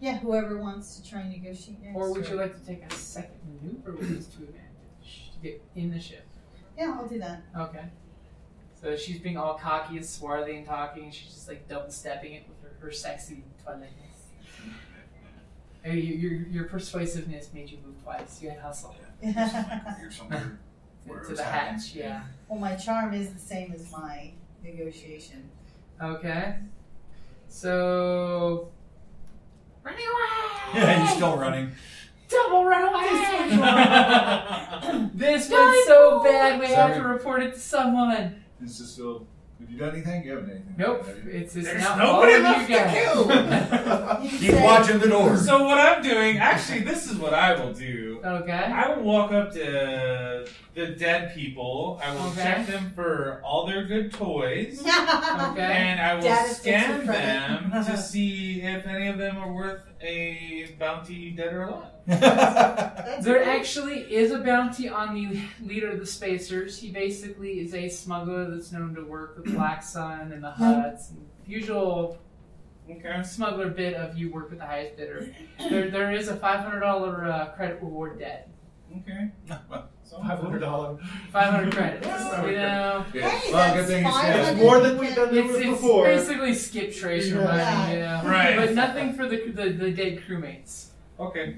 G: Yeah, whoever wants to try and negotiate next.
C: Or would you like to take a second maneuver with these two advantage to get in the ship?
G: Yeah, I'll do that.
C: Okay. So she's being all cocky and swarthy and talking, and she's just like double stepping it with her, her sexy twilightness. Uh, Your, your, your persuasiveness made you move twice. You had hustle.
D: You're somewhere. where
C: to
D: it's
C: the
D: happening.
C: hatch, yeah.
G: well, my charm is the same as my negotiation.
C: Okay. So. Running away!
D: Yeah, he's still running.
C: Double runaway! this
F: No!
C: was so bad, we have to
D: Sorry.
C: report it to someone.
D: It's just still. Have you done anything? You haven't done anything.
C: Nope,
D: Have you?
C: it's just
E: There's
C: now
E: nobody
C: all
E: left
C: of
E: to
C: you guys.
G: You
D: He's
G: say-
D: watching the door.
E: So what I'm doing, actually, this is what I will do.
C: Okay.
E: I will walk up to the dead people. I will
C: Okay.
E: check them for all their good toys.
C: Okay.
E: And I will
G: Data sticks
E: scan
G: with credit.
E: them to see if any of them are worth a a bounty dead or alive.
C: There actually is a bounty on the leader of the Spacers. He basically is a smuggler that's known to work with Black Sun and the Huts. And usual
E: Okay.
C: smuggler bit of you work with the highest bidder. There, there is a $500 uh, credit reward debt.
E: Okay. So
J: Five hundred dollars.
C: 500 credits. you know,
D: Yes.
G: Hey,
D: Well, good
G: that's
D: thing you
G: fine.
D: said.
J: It's more than we've done
C: it's,
J: this
C: it's
J: before.
C: basically skip trace your money, you know.
E: Right.
C: But nothing for the, the, the dead crewmates.
E: Okay.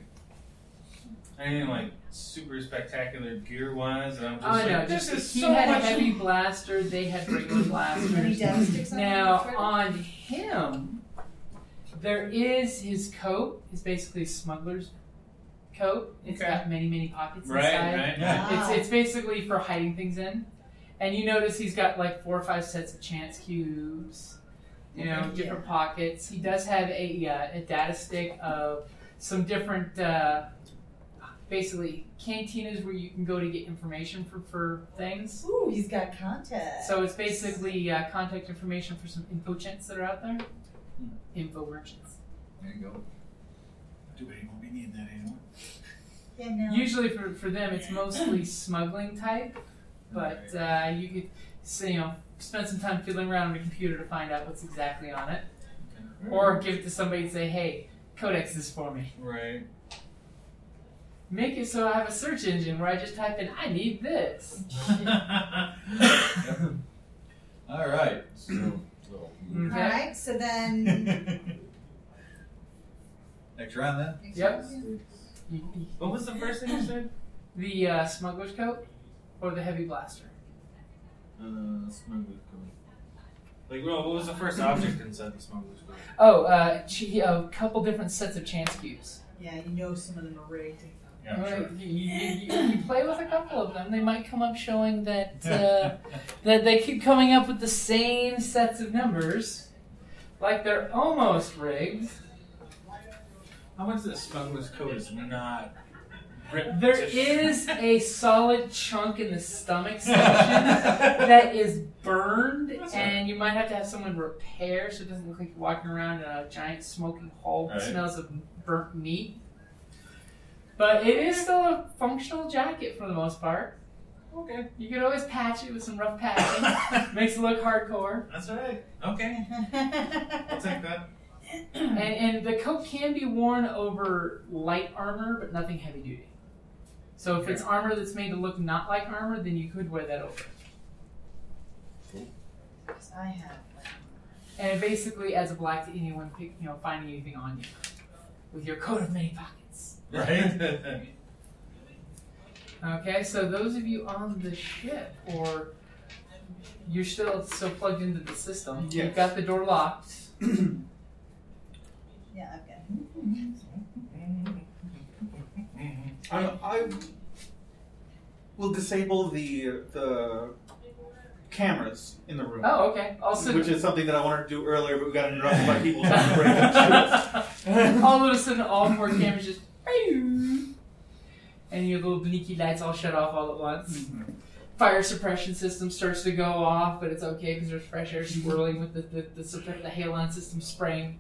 E: Anything like super spectacular gear wise, and I'm just
C: Oh
E: like,
C: no,
E: this
C: just
E: is
C: he
E: so
C: had a
E: much.
C: heavy blaster, they had regular
G: Any
C: blasters.
G: devastates on
C: Now
G: the
C: on him, there is his coat. Is basically a smuggler's coat. It's
E: Okay.
C: got many many pockets
E: right,
C: inside.
E: right,
I: Yeah.
G: Ah.
C: It's it's basically for hiding things in. And you notice he's got like four or five sets of chance cubes. You know,
G: Okay.
C: different pockets. He does have a uh, a data stick of some different. Uh, Basically, cantinas where you can go to get information for, for things.
G: Ooh, he's got contact.
C: So it's basically uh, contact information for some info chants that are out there. Info merchants.
D: There you go.
I: Do we won't be needing that anymore?
G: yeah, no.
C: Usually for, for them, it's mostly smuggling type, but uh, you could s- you know spend some time fiddling around on a computer to find out what's exactly on it, or give it to somebody and say, "Hey, codex this for me."
E: Right.
C: Make it so I have a search engine where I just type in, "I need this."
D: All right. So, little move.
G: All right, so then.
D: next round then.
C: Yep. You- you-
E: What was the first thing you said?
C: The uh, smuggler's coat or the heavy blaster.
D: Uh, smuggler's coat.
E: Like, well, what was the first object inside the smuggler's coat?
C: Oh, uh, ch- a couple different sets of chance cubes.
G: Yeah, you know some of them are rigged.
E: Yeah,
C: Well,
E: sure.
C: you, you, you, you play with a couple of them, they might come up showing that uh, that they keep coming up with the same sets of numbers, like they're almost rigged.
E: How much of the smuggler's coat is not ripped?
C: There
E: to sh-
C: is a solid chunk in the stomach section that is burned, and you might have to have someone repair so it doesn't look like you're walking around in a giant smoking hole that
E: Right.
C: smells of burnt meat. But it is still a functional jacket for the most part.
E: Okay.
C: You could always patch it with some rough patching. Makes it look hardcore.
E: That's all right. Okay. I'll take that.
C: And, and the coat can be worn over light armor, but nothing heavy duty. So if it's armor that's made to look not like armor, then you could wear that over.
G: I have.
C: And it basically adds a black to anyone pick, you know finding anything on you with your coat of many pockets.
E: Right?
C: Okay, so those of you on the ship, or you're still so plugged into the system, you've
J: Yes.
C: got the door locked.
G: Yeah, I've got.
J: Um, I will disable the the cameras in the room,
C: Oh, okay. Also,
J: which is something that I wanted to do earlier, but we got interrupted by people trying to break into it.
C: all of a sudden, all four cameras just, and your little blinky lights all shut off all at once. Fire suppression system starts to go off, but it's okay because there's fresh air swirling with the the, the, suppre- the halon system spraying.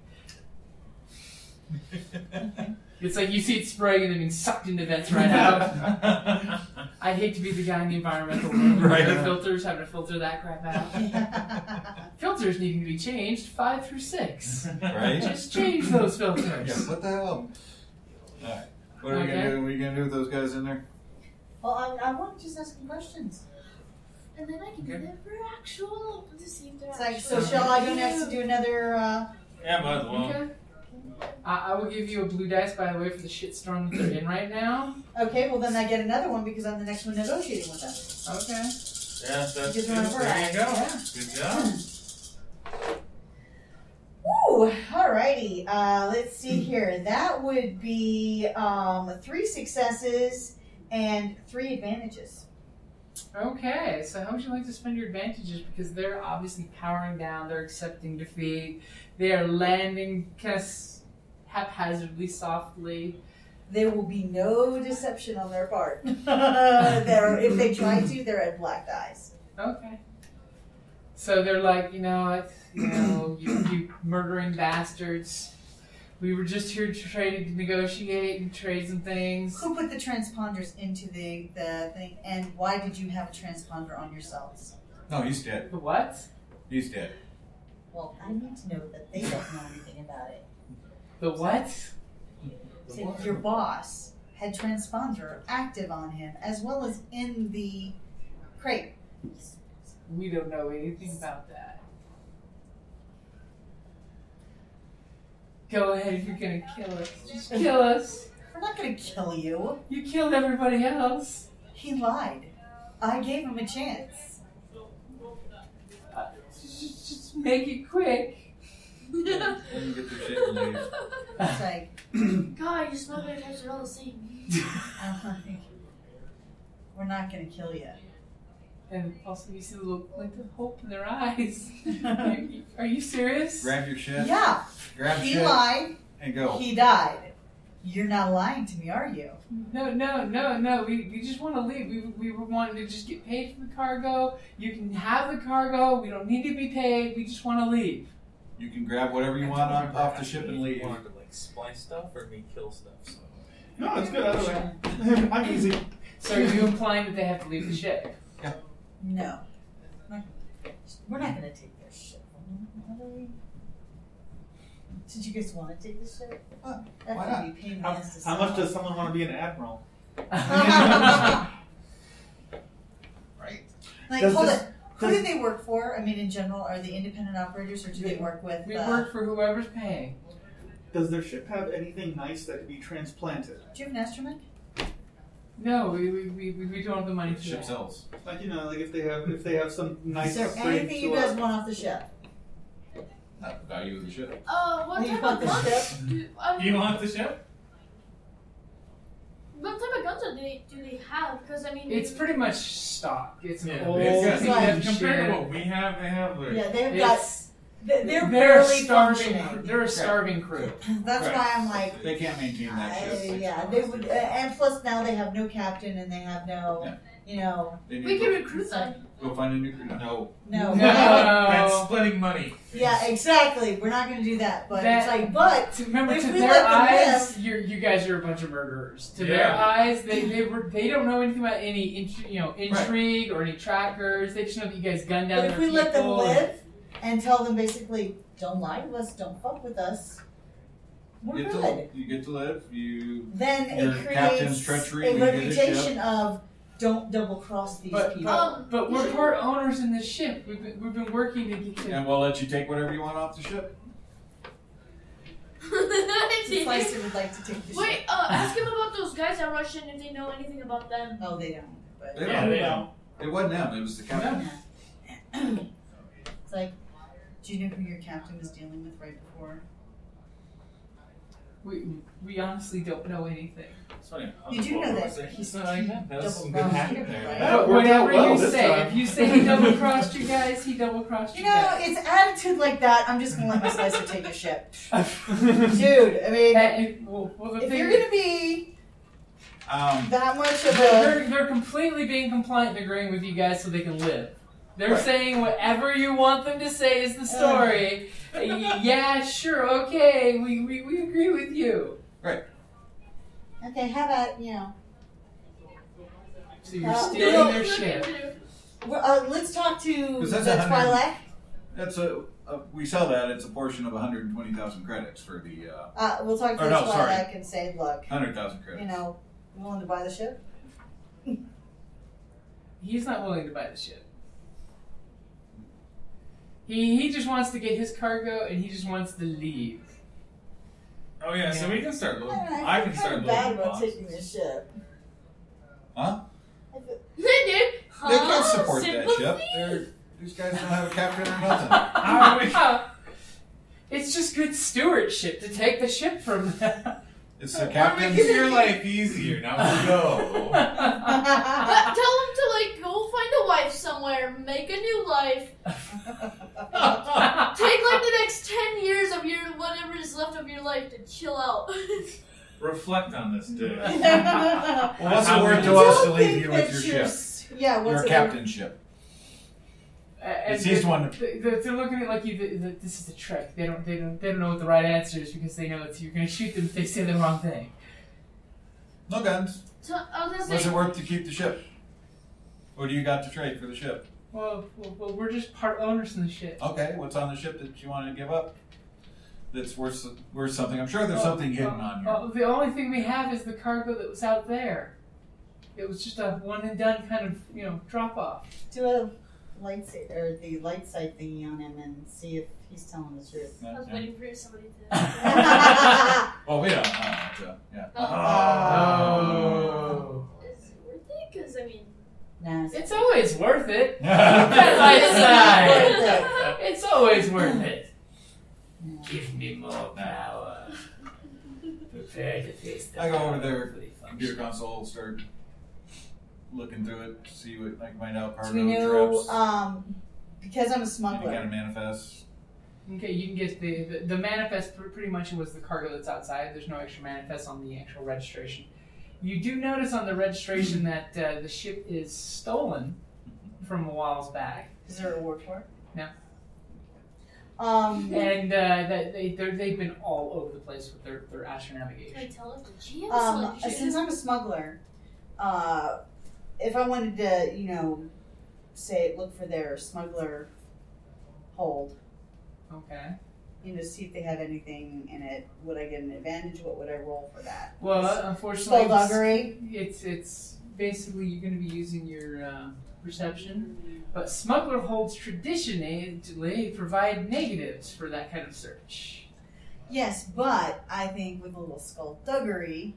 C: It's like you see it spraying and then being sucked into vents right out. I hate to be the guy in the environmental room.
E: Right.
C: The filters having to filter that crap out. filters needing to be changed five through six.
D: Right.
C: Just change those
D: Yeah,
C: filters.
D: what the hell? Alright. What are we
C: Okay.
D: gonna do? What are you gonna do with those guys in there?
G: well, I, I want to just ask him questions.
F: And then I can do that for actual to see if they're
G: It's like, so
F: actually-
G: shall I go next and do another? Uh,
E: yeah, might as well.
C: Okay. I, I will give you a blue dice, by the way, for the shitstorm that they're in right now.
G: okay, well then I get another one because I'm the next one negotiating with them.
C: Okay.
E: Yeah, that's
G: Get
E: it.
G: them out of her
E: There
G: eye.
E: you go.
G: Yeah.
E: Good job.
G: Ooh, alrighty. Uh, let's see here. That would be um, three successes and three advantages.
C: Okay, so how would you like to spend your advantages? Because they're obviously powering down, they're accepting defeat, they are landing kind of s- haphazardly, softly.
G: There will be no deception on their part. They're- if they try to, they're at black eyes.
C: Okay. So they're like, you know, it's, you know, you, you murdering bastards. We were just here to try to negotiate and trade some things.
G: Who put the transponders into the, the thing, and why did you have a transponder on yourselves?
D: No, he's dead.
C: The what?
D: He's dead.
G: Well, I need to know that they don't know anything about it.
C: The what?
G: So your boss had transponder active on him, as well as in the crate.
C: We don't know anything about that. Go ahead if you're gonna kill us. Just kill us.
G: We're not gonna kill you.
C: You killed everybody else.
G: He lied. I gave him a chance.
C: Uh, Just, just make it quick.
D: Let me get the shit and leave.
G: It's like,
F: God, you smell good types are all the same.
G: I'm like, uh-huh. we're not gonna kill you.
C: And also, you see the little glint of hope in their eyes. You- Are you serious?
D: Grab your shit.
G: Yeah,
D: Grab
G: he
D: shit
G: lied.
D: and go.
G: He died. You're not lying to me, are you?
C: No, no, no, no. We, we just want to leave. We, we were wanting to just get paid for the cargo. You can have the cargo. We don't need to be paid. We just want to leave.
D: You can grab whatever you want on, off the ship and leave.
K: Wanted to like splice stuff or me kill stuff. So.
J: No, it's good either way. I'm easy.
C: So are you implying that they have to leave the ship?
G: No. We're not gonna take their shit from them, are we? Did you guys want to take this shit? Oh, that
J: Why
G: would be a pain in the
J: How,
G: ass to
J: how much
G: sell.
J: does someone want to be an admiral? Right.
G: like,
J: Does
G: hold
J: this-
G: it. Who
J: does-
G: do they work for? I mean, in general, are they independent operators, or do they work with?
C: We
G: uh,
C: work for whoever's paying.
J: Does their ship have anything nice that could be transplanted?
G: Do you have an instrument?
C: No, we, we, we, we don't have the money for
D: Ship
C: that.
D: sells.
J: Like you know, like if they have if they have some nice
G: Is there
J: string
G: anything you
J: to
G: guys
J: a-
G: want off the ship?
D: Not the value of the ship.
F: Uh, what
G: You
F: type
G: want
F: of
G: the
F: guns
G: ship?
F: do I
E: You
F: mean,
E: want the ship?
F: What type of guns do they do they have? Because I mean,
C: It's pretty much stock. It's an
E: Yeah,
C: old
E: they've got-
C: piece
G: like-
C: of
E: compared to
C: shit.
E: what we have, they have like
G: Yeah, they've got.
C: It's-
G: They're, they're
C: a
G: barely
C: starving.
G: functioning.
C: They're a starving crew.
G: That's
E: Right.
G: why I'm like,
D: They can't maintain that
G: I-
D: ship.
G: yeah, they would. Uh, and plus, now they have no captain, and they have no,
D: Yeah.
G: you know,
D: They
F: we
D: need
F: can
D: to
F: recruit them.
D: go, go find a new crew. No.
G: no.
E: that's
C: No.
E: splitting money.
G: Yeah, exactly. We're not going to do that, but
C: That-
G: it's like, but
C: To remember,
G: If
C: to
G: we
C: their
G: let them
C: eyes, you're, you guys are a bunch of murderers. To their
E: Yeah.
C: eyes, they they, were, they don't know anything about any intri- you know intrigue or any trackers. They just know that you guys gunned down
G: But
C: their
G: if we let them
C: people.
G: live and tell them basically, don't lie to us, don't fuck with us, we're
D: You get,
G: good.
D: to, you get to live. You.
G: Then
D: Your
G: it
D: captain's
G: creates
D: treachery,
G: a
D: we get a
G: reputation of don't double cross these
C: But, oh,
G: people.
C: but, but we're part owners in the ship. We've been, we've been working to get to
D: And we'll let you take whatever you want off the ship.
G: Slicer would like to take the
F: Wait,
G: shit.
F: uh, ask him about those guys that rushed in if they know anything about them.
G: Oh, they don't. But
D: They
E: Yeah,
D: don't.
E: they don't.
D: It wasn't them. It was the captain.
G: it's like, do you know who your captain was dealing with right before?
C: We, we honestly don't know anything.
K: It's funny.
G: You do know that
K: It's
G: he's
K: not like that. That was some
G: double
K: good
G: crossed
K: hacking there.
G: right?
J: That
C: But
J: worked out
C: whatever
J: well
C: you
J: this
C: say,
J: time.
C: if you say he double crossed you guys, he double crossed you,
G: You know,
C: guys.
G: it's attitude like that. I'm just gonna let my slicer take a shit, dude. I mean,
C: And- and- well, well, the
G: if
C: thing-
G: you're gonna be
D: Um,
G: that much of a
C: They're, they're completely being compliant and agreeing with you guys so they can live. They're
D: Right.
C: saying whatever you want them to say is the story. Uh, yeah, sure, okay, we, we, we agree with you.
G: okay, how about you know.
C: So you're
G: Uh,
C: stealing
G: no.
C: their shit.
G: Well, uh, let's talk to
D: 'Cause
G: the
D: that's a hundred-
G: Twilight.
D: that's a, a. We sell that. It's a portion of 120,000 credits for the uh,
G: Uh, we'll talk to
D: Or
G: the
D: no, sorry.
G: Twilight and say, look,
D: 100,000 credits.
G: you know, you willing to buy the ship?
C: He's not willing to buy the ship. He, he just wants to get his cargo and he just wants to leave.
E: Oh yeah, so
C: Yeah.
E: we can start loading.
G: I, don't know,
E: I, can
G: feel kind
E: start
G: of
E: loading.
G: bad about
E: boxes.
G: taking this ship.
D: Huh?
G: I feel-
F: Dude, huh?
D: They can't
G: Oh,
D: support that
F: Sympathy?
D: ship. They're, these guys don't have a captain or nothing.
E: How are we-
C: it's just good stewardship to take the ship from them.
D: It's the
E: We're making
D: captain's.
E: your life easier. Now we go.
F: But tell them to like go find a wife somewhere, make a new life, take like the next ten years of your whatever is left of your life to chill out.
E: Reflect on this, dude.
D: Well, what's it
E: How
D: worth
E: we
D: to
E: do
D: us to
G: Don't
D: leave
G: think
D: you
G: that
D: with your
G: you're
D: ship?
G: s- Yeah, what's
D: Your
G: it?
D: captain's ship.
C: Uh, and
D: It's his
C: they're-
D: one.
C: they- They're, they're looking at like you. th th this is a trick. They don't. They don't. They don't know what the right answer is because they know that you're going to shoot them if they say the wrong thing.
D: No guns.
F: So, I was gonna say,
D: Was it worth to keep the ship? What do you got to trade for the ship?
C: Well, well, well we're just part owners in the shit.
D: Okay, what's on the ship that you want to give up? That's worth worth something. I'm sure
E: Oh,
D: there's something hidden on here.
C: Uh, the only thing we have is the cargo that was out there. It was just a one and done kind of you know drop off.
G: Do a light sa- or the light sight thingy on him and see if he's telling the truth.
F: I was
D: Yeah.
F: waiting for somebody to.
D: Well, we don't know. so, yeah. Uh,
C: Oh.
F: Is it worth it? Because I mean,
G: Nah,
C: It's always worth it.
G: It's not
C: Right
G: worth it.
C: side. It's always worth it. Give me more power. Prepare to face the
D: I go over
C: power.
D: there, computer console, start looking through it, see what I can find out.
G: Do
D: Cargo
G: we know?
D: trips.
G: Um, because I'm a
D: any kind
G: smuggler.
D: of manifest.
C: Okay, you can get the, the, the manifest pr- pretty much was the cargo that's outside. There's no extra manifest on the actual registration. You do notice on the registration that uh, the ship is stolen from a whiles back.
G: Is there a reward for it?
C: No.
D: Mm-hmm.
G: Um,
C: And uh, that they, they're- they've been all over the place with their, their astronavigation.
F: can I tell it the GM
G: um,
F: selected
G: since I'm a smuggler, uh, if I wanted to, you know, say look for their smuggler hold,
C: Okay.
G: you know, see if they had anything in it, would I get an advantage? What would I roll for that?
C: Well, unfortunately,
G: Skullduggery.
C: it's it's basically you're going to be using your uh, perception, but smuggler holds traditionally eh, provide negatives for that kind of search.
G: Yes, but I think with a little skullduggery,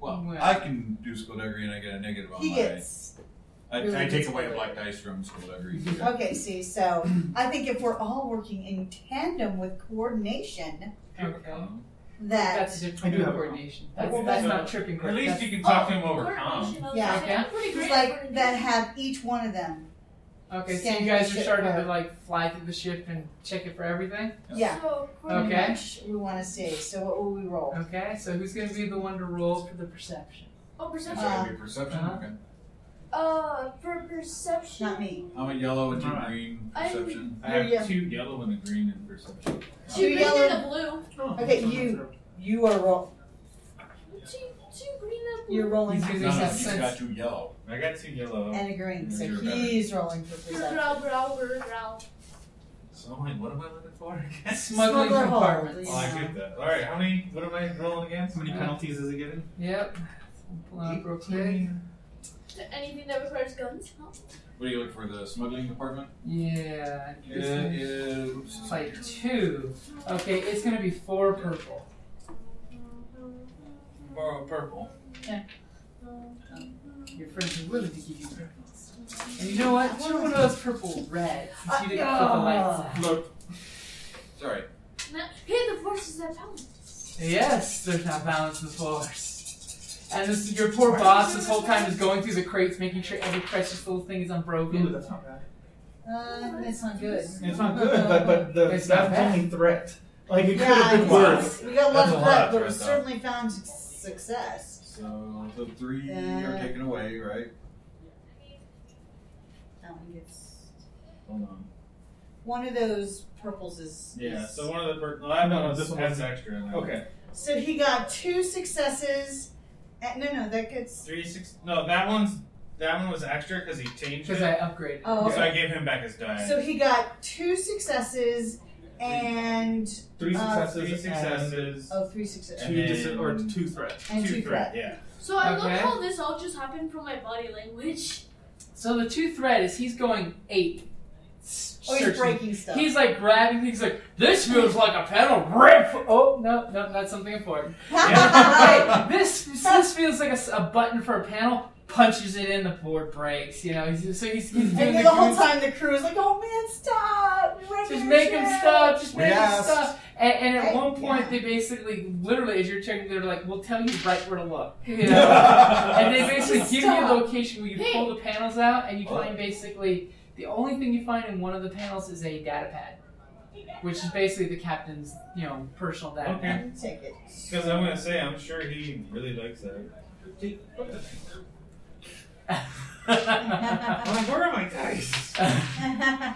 D: Well,
C: Well.
D: I can do skullduggery and I get a negative on
G: he
D: Oh my.
G: gets.
D: I, I take away a black dice from skullduggery.
G: Okay, see, so I think if we're all working in tandem with coordination,
C: Okay,
G: that
C: that's
J: I
C: different
J: do have a
C: coordination. That's,
G: Well,
C: that's
G: that's-
C: not tripping.
E: At least you can
F: Oh,
E: talk to him over com.
F: coordination. I was
G: Yeah.
F: gonna say, I'm pretty
G: it's
F: great at
G: like
F: coordination.
G: that have each one of them.
C: Okay, so
G: Scanning
C: you guys
G: the
C: are
G: ship
C: starting to
G: for-
C: like fly through the ship and check it for everything.
G: Yeah.
F: So, coordination.
C: Okay.
G: Which we want to see. So what will we roll?
C: Okay, so who's going to be the one to roll for the perception?
F: Oh,
D: That's
G: Uh,
F: perception.
D: gonna be perception.
C: Uh-huh.
D: Okay.
F: Uh, for perception.
G: Not me.
D: I'm a yellow and two
E: Alright.
D: green
F: I'm-
D: perception.
E: I
G: Yeah.
E: have two yellow and a green in perception.
F: Two
G: Two
F: green
G: yellow-
F: and a blue.
G: Oh, Okay, you you are roll.
F: Two, two green and a blue.
G: You're rolling
C: He's
G: for
C: using
D: No, no,
C: his
D: he's
G: perception
D: got
C: sense.
D: two yellow.
E: I got two yellow.
G: and a green, so
D: You're better.
G: he's rolling for
F: You're
G: perception.
F: growl, growl, growl, growl.
E: So I'm like, what am I looking for? I guess.
C: Smuggling
G: Smuggler hold,
C: compartments.
E: Oh, I get that. All right, how many? What am I rolling against?
J: How many penalties is it getting?
C: Yep. Pull out real quick.
F: Anything that requires guns? Huh?
D: What do you look for? The smuggling department.
C: Yeah.
D: It is. oops,
C: It's like two. Okay, it's gonna be four purple.
K: Borrow purple.
C: Your friends are willing to give you purples. And you know what? You're one of those purple reds. Since you
G: Uh,
C: didn't put the lights out.
J: Look,
D: Sorry.
F: Now, hey, the force is that pound.
C: Yes, there's not balance in the force. And this your poor boss this whole time is going through the crates making sure every precious little thing is
J: ooh,
C: unbroken.
J: that's not bad.
G: Uh, that's not good.
J: It's not good, but but the,
C: It's
J: that's
C: not bad.
J: only threat. Like it could
G: Yeah,
J: have been
G: it's-
J: worse.
G: we got a lot
D: That's a
G: of
D: lot,
G: luck, but
D: right
G: we
D: now.
G: certainly found su- success.
D: So the three are
G: Uh,
D: taken away, right?
G: That one gets
E: Hold on.
G: one of those purples is
E: Yeah.
G: is-
E: So one of the per- no, I
J: No, no,
E: know
J: this one
E: has extra. In there.
J: Okay.
G: So he got two successes. And, no, no, that gets.
E: Three six. No, that one's that one was extra because he changed it.
C: Because I upgraded.
G: Oh,
E: So
G: okay.
E: I gave him back his die.
G: So he got two successes and
J: Three
G: Uh,
J: successes.
E: three
J: and
E: successes.
G: oh, three successes
J: Two
E: And
J: dis-
E: then-
J: or two threats.
G: and
E: two
G: two
E: threat.
G: threat.
E: Yeah.
F: So I love
C: Okay.
F: how this all just happened from my body language.
C: So the two thread is he's going ape. s-
G: Oh, he's
C: searching.
G: breaking stuff.
C: He's like grabbing things like this feels like a pedal rip. Oh no, no, that's something important. Hey, this this feels like a, s- a button for a panel. Punches it in, the board breaks. You know, he's, so he's, he's doing
G: and
C: the,
G: then the whole
C: goose-
G: time the crew is like, "Oh man, stop! We're right
C: Just
G: here,
C: make him
G: shit."
C: stop. Just
D: We
C: make him
D: asked.
C: stop. And, and at
G: Hey,
C: one point,
G: yeah.
C: they basically, literally, as you're checking, they're like, "We'll tell you right where to look." You know? and they basically
G: Just
C: give
G: stop.
C: you a location where you
F: Hey.
C: pull the panels out, and you
D: Oh.
C: find basically the only thing you find in one of the panels is a data pad, which is basically the captain's, you know, personal data. pad.
E: Okay.
G: Take it.
E: Because I'm gonna say I'm sure he really likes that. I'm like, where are my dice?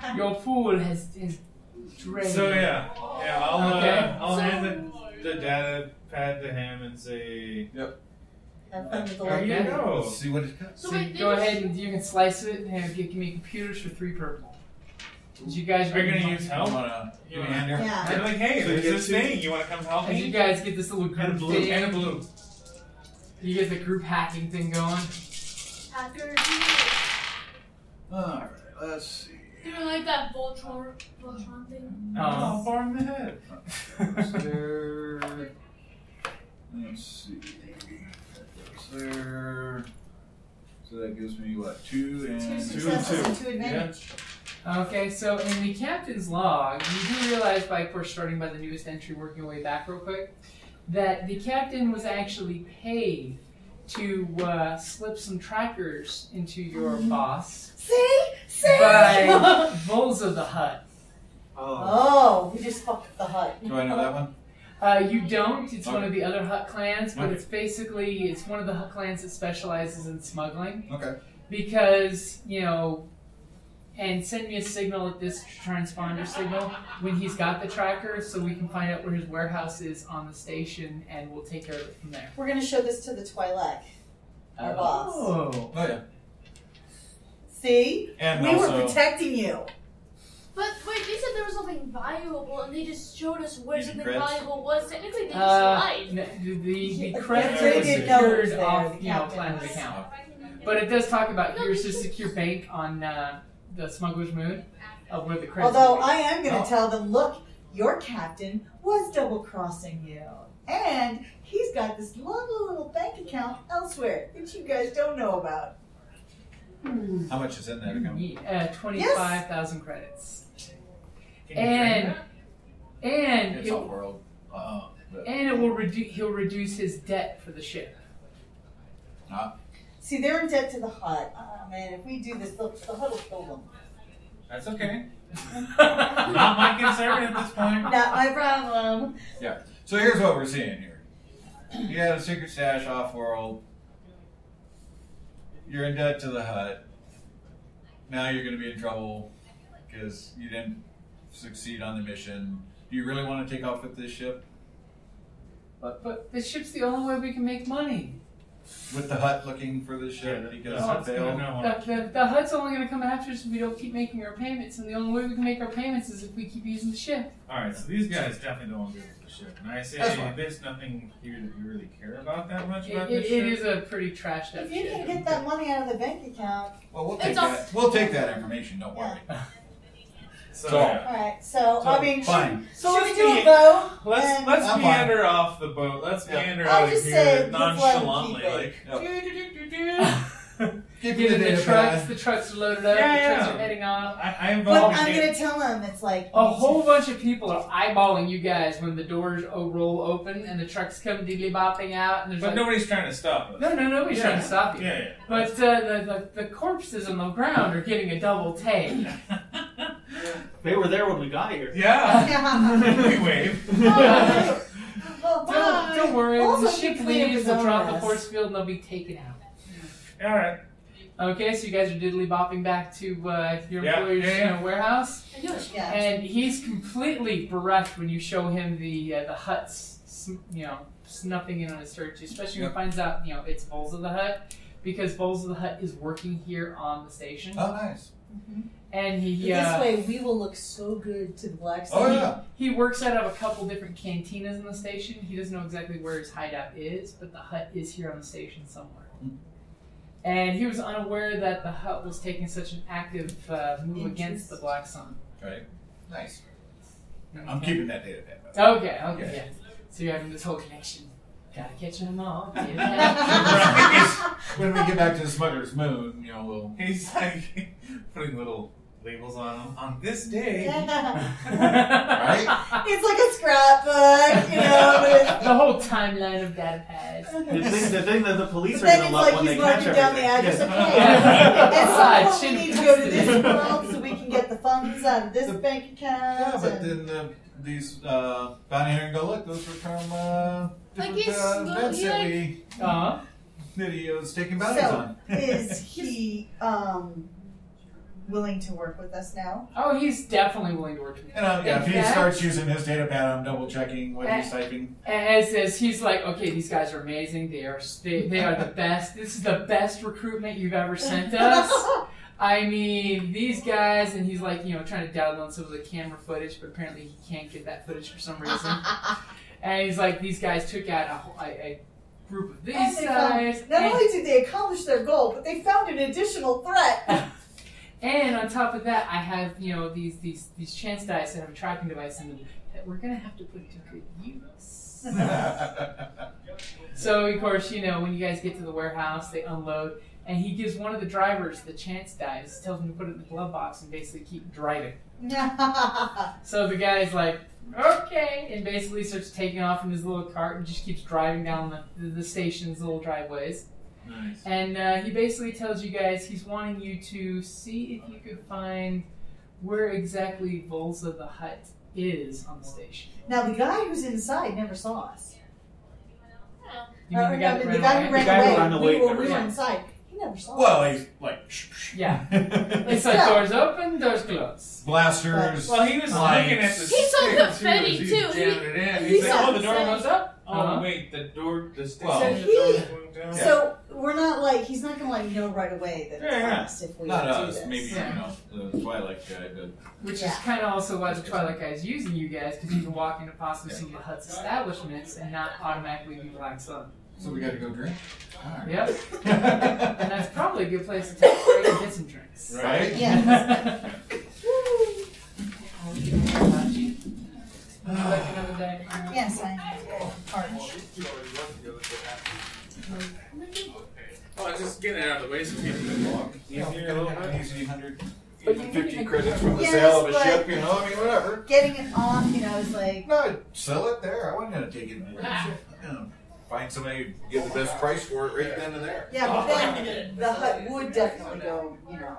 C: Your pool has is drained.
E: So yeah, yeah, I'll
C: Okay.
E: uh, I'll
C: So-
E: hand the, the data pad to him and say,
D: Yep.
G: Have fun with the
E: There you
C: Okay.
E: go.
D: Oh,
I: Let's see what it does.
F: So
C: So
F: wait, they
C: go
F: just-
C: ahead and you can slice it and have, give me computers for three purple. Did you guys
E: Are you gonna use help?
D: You wanna, you wanna hand her?
G: Yeah.
E: I'm like, hey,
J: So
E: there's
J: you get
E: this
J: two-
E: thing. You want to come help
C: As you
E: me?
C: guys get this little group
E: And a blue.
C: thing,
E: And a blue.
C: you get the group hacking thing going.
F: Hacker.
I: Alright, let's see.
F: You know, like that Voltron, Voltron thing.
E: Oh,
D: Uh-huh.
C: Oh.
E: far in the head.
I: Goes there. Let's see. That goes there. So that gives me what? Two
G: Two
I: and
G: successes and two advantage.
C: Okay, so in the captain's log, you do realize by, of course, starting by the newest entry, working your way back real quick, that the captain was actually paid to uh, slip some trackers into your
F: Mm-hmm.
C: boss
G: See? See?
C: by Bulls of the Hut.
J: Oh.
G: oh, we just fucked the hut.
D: Do I know that one?
C: Uh, you don't. It's one
D: Okay.
C: of the other Hut clans, but
D: Okay.
C: it's basically it's one of the Hut clans that specializes in smuggling.
D: Okay.
C: because you know and send me a signal at this transponder signal when he's got the tracker so we can find out where his warehouse is on the station and we'll take care of it from there
G: We're gonna show this to the Twi'lek. Our boss.
C: oh
D: Oh yeah.
G: See?
D: And
G: we
D: also,
G: were protecting you.
F: But wait, they said there was something valuable, and they just showed us where
D: Using
F: something
D: creds?
F: valuable was. Technically, they just
C: uh,
F: lied.
C: n- the, the,
G: Yeah,
C: the credits
D: they
C: are
D: didn't know
G: it was
C: secured
G: there,
C: off
G: the
C: you know
G: captain
C: plan of
G: was-
C: account but it does talk about here's a secure bank on uh, the smuggler's moon of where the credits
G: Although
C: are.
G: I am gonna
D: Oh.
G: tell them, look, your captain was double crossing you. And he's got this lovely little bank account elsewhere that you guys don't know about.
D: uh, how much is in that account?
C: Yeah, uh, 25,000 credits and and
D: It's
C: it-
D: all world. Uh, but
C: And it will reduce. He'll reduce his debt for the ship.
G: See, they're in debt to the hut. Oh man, if we do this, the, the hut will kill them.
E: That's okay. Not my concern at this point.
G: Not my problem.
D: so here's what we're seeing here. You got a secret stash off world. You're in debt to the hut. Now you're going to be in trouble because you didn't succeed on the mission. Do you really want to take off with this ship?
C: But but the ship's the only way we can make money.
D: With the hut looking for this ship because
E: No,
D: it
E: it's
D: failed?
E: gonna know.
C: The, the, the hut's only going to come after us if we don't keep making our payments, and the only way we can make our payments is if we keep using the ship.
E: All right, so these guys definitely don't want to give us the ship, and I say
D: That's fine.
E: there's nothing here that we really care about that much
C: It,
E: about
C: it,
E: this
C: it
E: ship.
C: is a pretty trashed up
G: If you can
C: ship.
G: get that money out of the bank account.
D: Well, we'll take
F: It's all-
D: that. We'll take that information. Don't worry.
E: So,
D: So-
E: yeah.
G: Alright, so, I mean,
D: fine.
G: So
E: Should
G: let's
E: we-
G: do a vote.
E: Let's
G: and-
E: let's
D: I'm fine.
E: meander off the boat. Let's
D: Yeah.
E: meander out
G: I'll
E: of
G: just
E: here
G: say
E: nonchalantly,
G: let's let
E: like.
D: No. Give me
C: Get in the
D: data
C: trucks.
D: pad.
C: The trucks are loaded up.
E: Yeah,
C: the trucks
E: yeah.
C: are heading off.
E: I, I
G: But
E: involved.
G: I'm gonna tell him it's like
C: A whole bunch of people are eyeballing you guys when the doors o- roll open and the trucks come diddly bopping out. And there's
E: but
C: like,
E: nobody's trying to stop us.
C: no, no, nobody's
E: Yeah.
C: trying to stop you.
E: Yeah,
C: But uh, the, the, the corpses on the ground are getting a double take.
E: yeah.
J: They were there when we got here.
E: yeah. we wave.
G: Oh,
C: Don't,
G: well, bye.
C: don't worry,
G: Also,
C: the ship
G: he cleaned
C: leaves,
G: his
C: they'll
G: own
C: drop the
G: mess.
C: force field, and they'll be taken out.
E: All right.
C: Okay, so you guys are diddly bopping back to uh, your
E: Yeah,
C: employer's
E: yeah, yeah.
C: you know, warehouse,
F: I knew it.
G: Yeah.
C: and he's completely bereft when you show him the uh, the huts, sn- you know, snuffing in on his search, especially when he finds out, you know, it's Bowls of the Hut, because Bowls of the Hut is working here on the station,
D: Oh, nice.
C: and he
G: This
C: uh,
G: way we will look so good to the blacks.
D: Oh, yeah.
C: he works out of a couple different cantinas in the station. He doesn't know exactly where his hideout is, but the hut is here on the station somewhere. And he was unaware that the hut was taking such an active uh, move against the Black Sun.
D: Right. Nice. I'm keeping that data pad. by the way.
C: Okay, okay,
D: Yeah.
C: yeah. So you're having this whole connection. Gotta catch them all.
D: when we get back to the smuggler's moon, you know, we'll.
E: He's like putting little labels on them. On this day.
G: Yeah.
D: Right?
G: It's like a scrapbook, you know.
C: the whole timeline of data pads.
G: But
J: The thing, the thing that the police
G: but
J: are
G: then
J: gonna love
G: it's like
J: when they
G: he's
J: catch everything.
G: marking down the address of hey,
C: Yeah.
G: at some
C: Shit.
G: point we need to go to this world so we can get the funds out of this bank account.
D: Yeah, but
G: and-
D: then the, these uh, bounty hunter go, look, those were from uh,
F: Like
D: different
F: he's
D: uh,
F: go-
D: events
F: he
D: that
F: like-
D: we.
C: Uh-huh.
D: videos taking bounties
G: So,
D: on.
G: is he um, willing to work with us now?
C: Oh, he's definitely willing to work with
D: And um, yeah, if he
C: In fact-
D: starts using his data pad, I'm double checking what he's typing.
C: And it says he's like, okay, these guys are amazing. They are they, they are the best. This is the best recruitment you've ever sent us. I mean, these guys, and he's like, you know, trying to download some of the camera footage, but apparently he can't get that footage for some reason. and he's like, these guys took out a, whole- a, a group of these
G: And they found-
C: guys.
G: not
C: and-
G: only did they accomplish their goal, but they found an additional threat.
C: And on top of that, I have you know these these these chance dice that have a tracking device in them that we're gonna have to put to good use. so of course, you know when you guys get to the warehouse, they unload, and he gives one of the drivers the chance dice, tells him to put it in the glove box, and basically keep driving. So the guy's like, okay, and basically starts taking off in his little cart and just keeps driving down the, the, the station's little driveways.
E: Nice.
C: And uh, he basically tells you guys he's wanting you to see if you could find where exactly Volza the Hut is on the station.
G: now the guy who's inside never saw us.
C: You mean the
G: Or,
C: guy
G: Oh, no,
C: that ran away?
G: the guy who ran
C: The guy who
G: away.
C: ran away
G: we were,
C: never
G: we
C: saw
G: were
C: us.
G: inside. He never saw us.
D: Well, he's like,
C: Yeah. It's like doors open, doors closed.
D: blasters.
E: Well, he was looking at the
F: He saw
E: stick,
F: confetti,
E: too. as
F: too.
E: He was jamming it in.
G: he
E: He's
G: saw
E: like, oh, the door
F: confetti.
E: goes up. Oh,
C: Uh-huh.
E: wait, the door, the stick
D: Well,
E: said
G: So
E: the door was
G: he-
E: going down.
G: So we're not like he's not gonna like know right away that it's
E: Yeah.
G: us if we
D: Not
G: do
D: us,
G: this.
D: maybe you
C: Yeah.
D: know, the Twilight guy, but
C: Which
G: Yeah.
C: is kind of also why the Twilight Guy is using you guys, because you can walk into possibly some of the Hut's establishments and not automatically be black sun.
D: so we got to go drink.
C: Yep.
D: Alright.
C: And that's probably a good place to take a break and get some drinks.
D: right?
G: Yeah.
C: Would you like another day?
G: Yes, I parched.
E: Oh, I'm just getting out of the way so people can walk.
D: Easier, a little bit easier, 100,
C: But
D: even
C: you
D: 50
C: can-
D: credits from the
G: Yes,
D: sale of a
G: but-
D: ship, you know, I mean, whatever.
G: Getting it off, you know, is like
D: No, I'd sell it there. I wasn't going to take it.
G: Ah.
D: Um, Find somebody who get the best price for it right then and there.
G: yeah, but then the hut would definitely go, you know.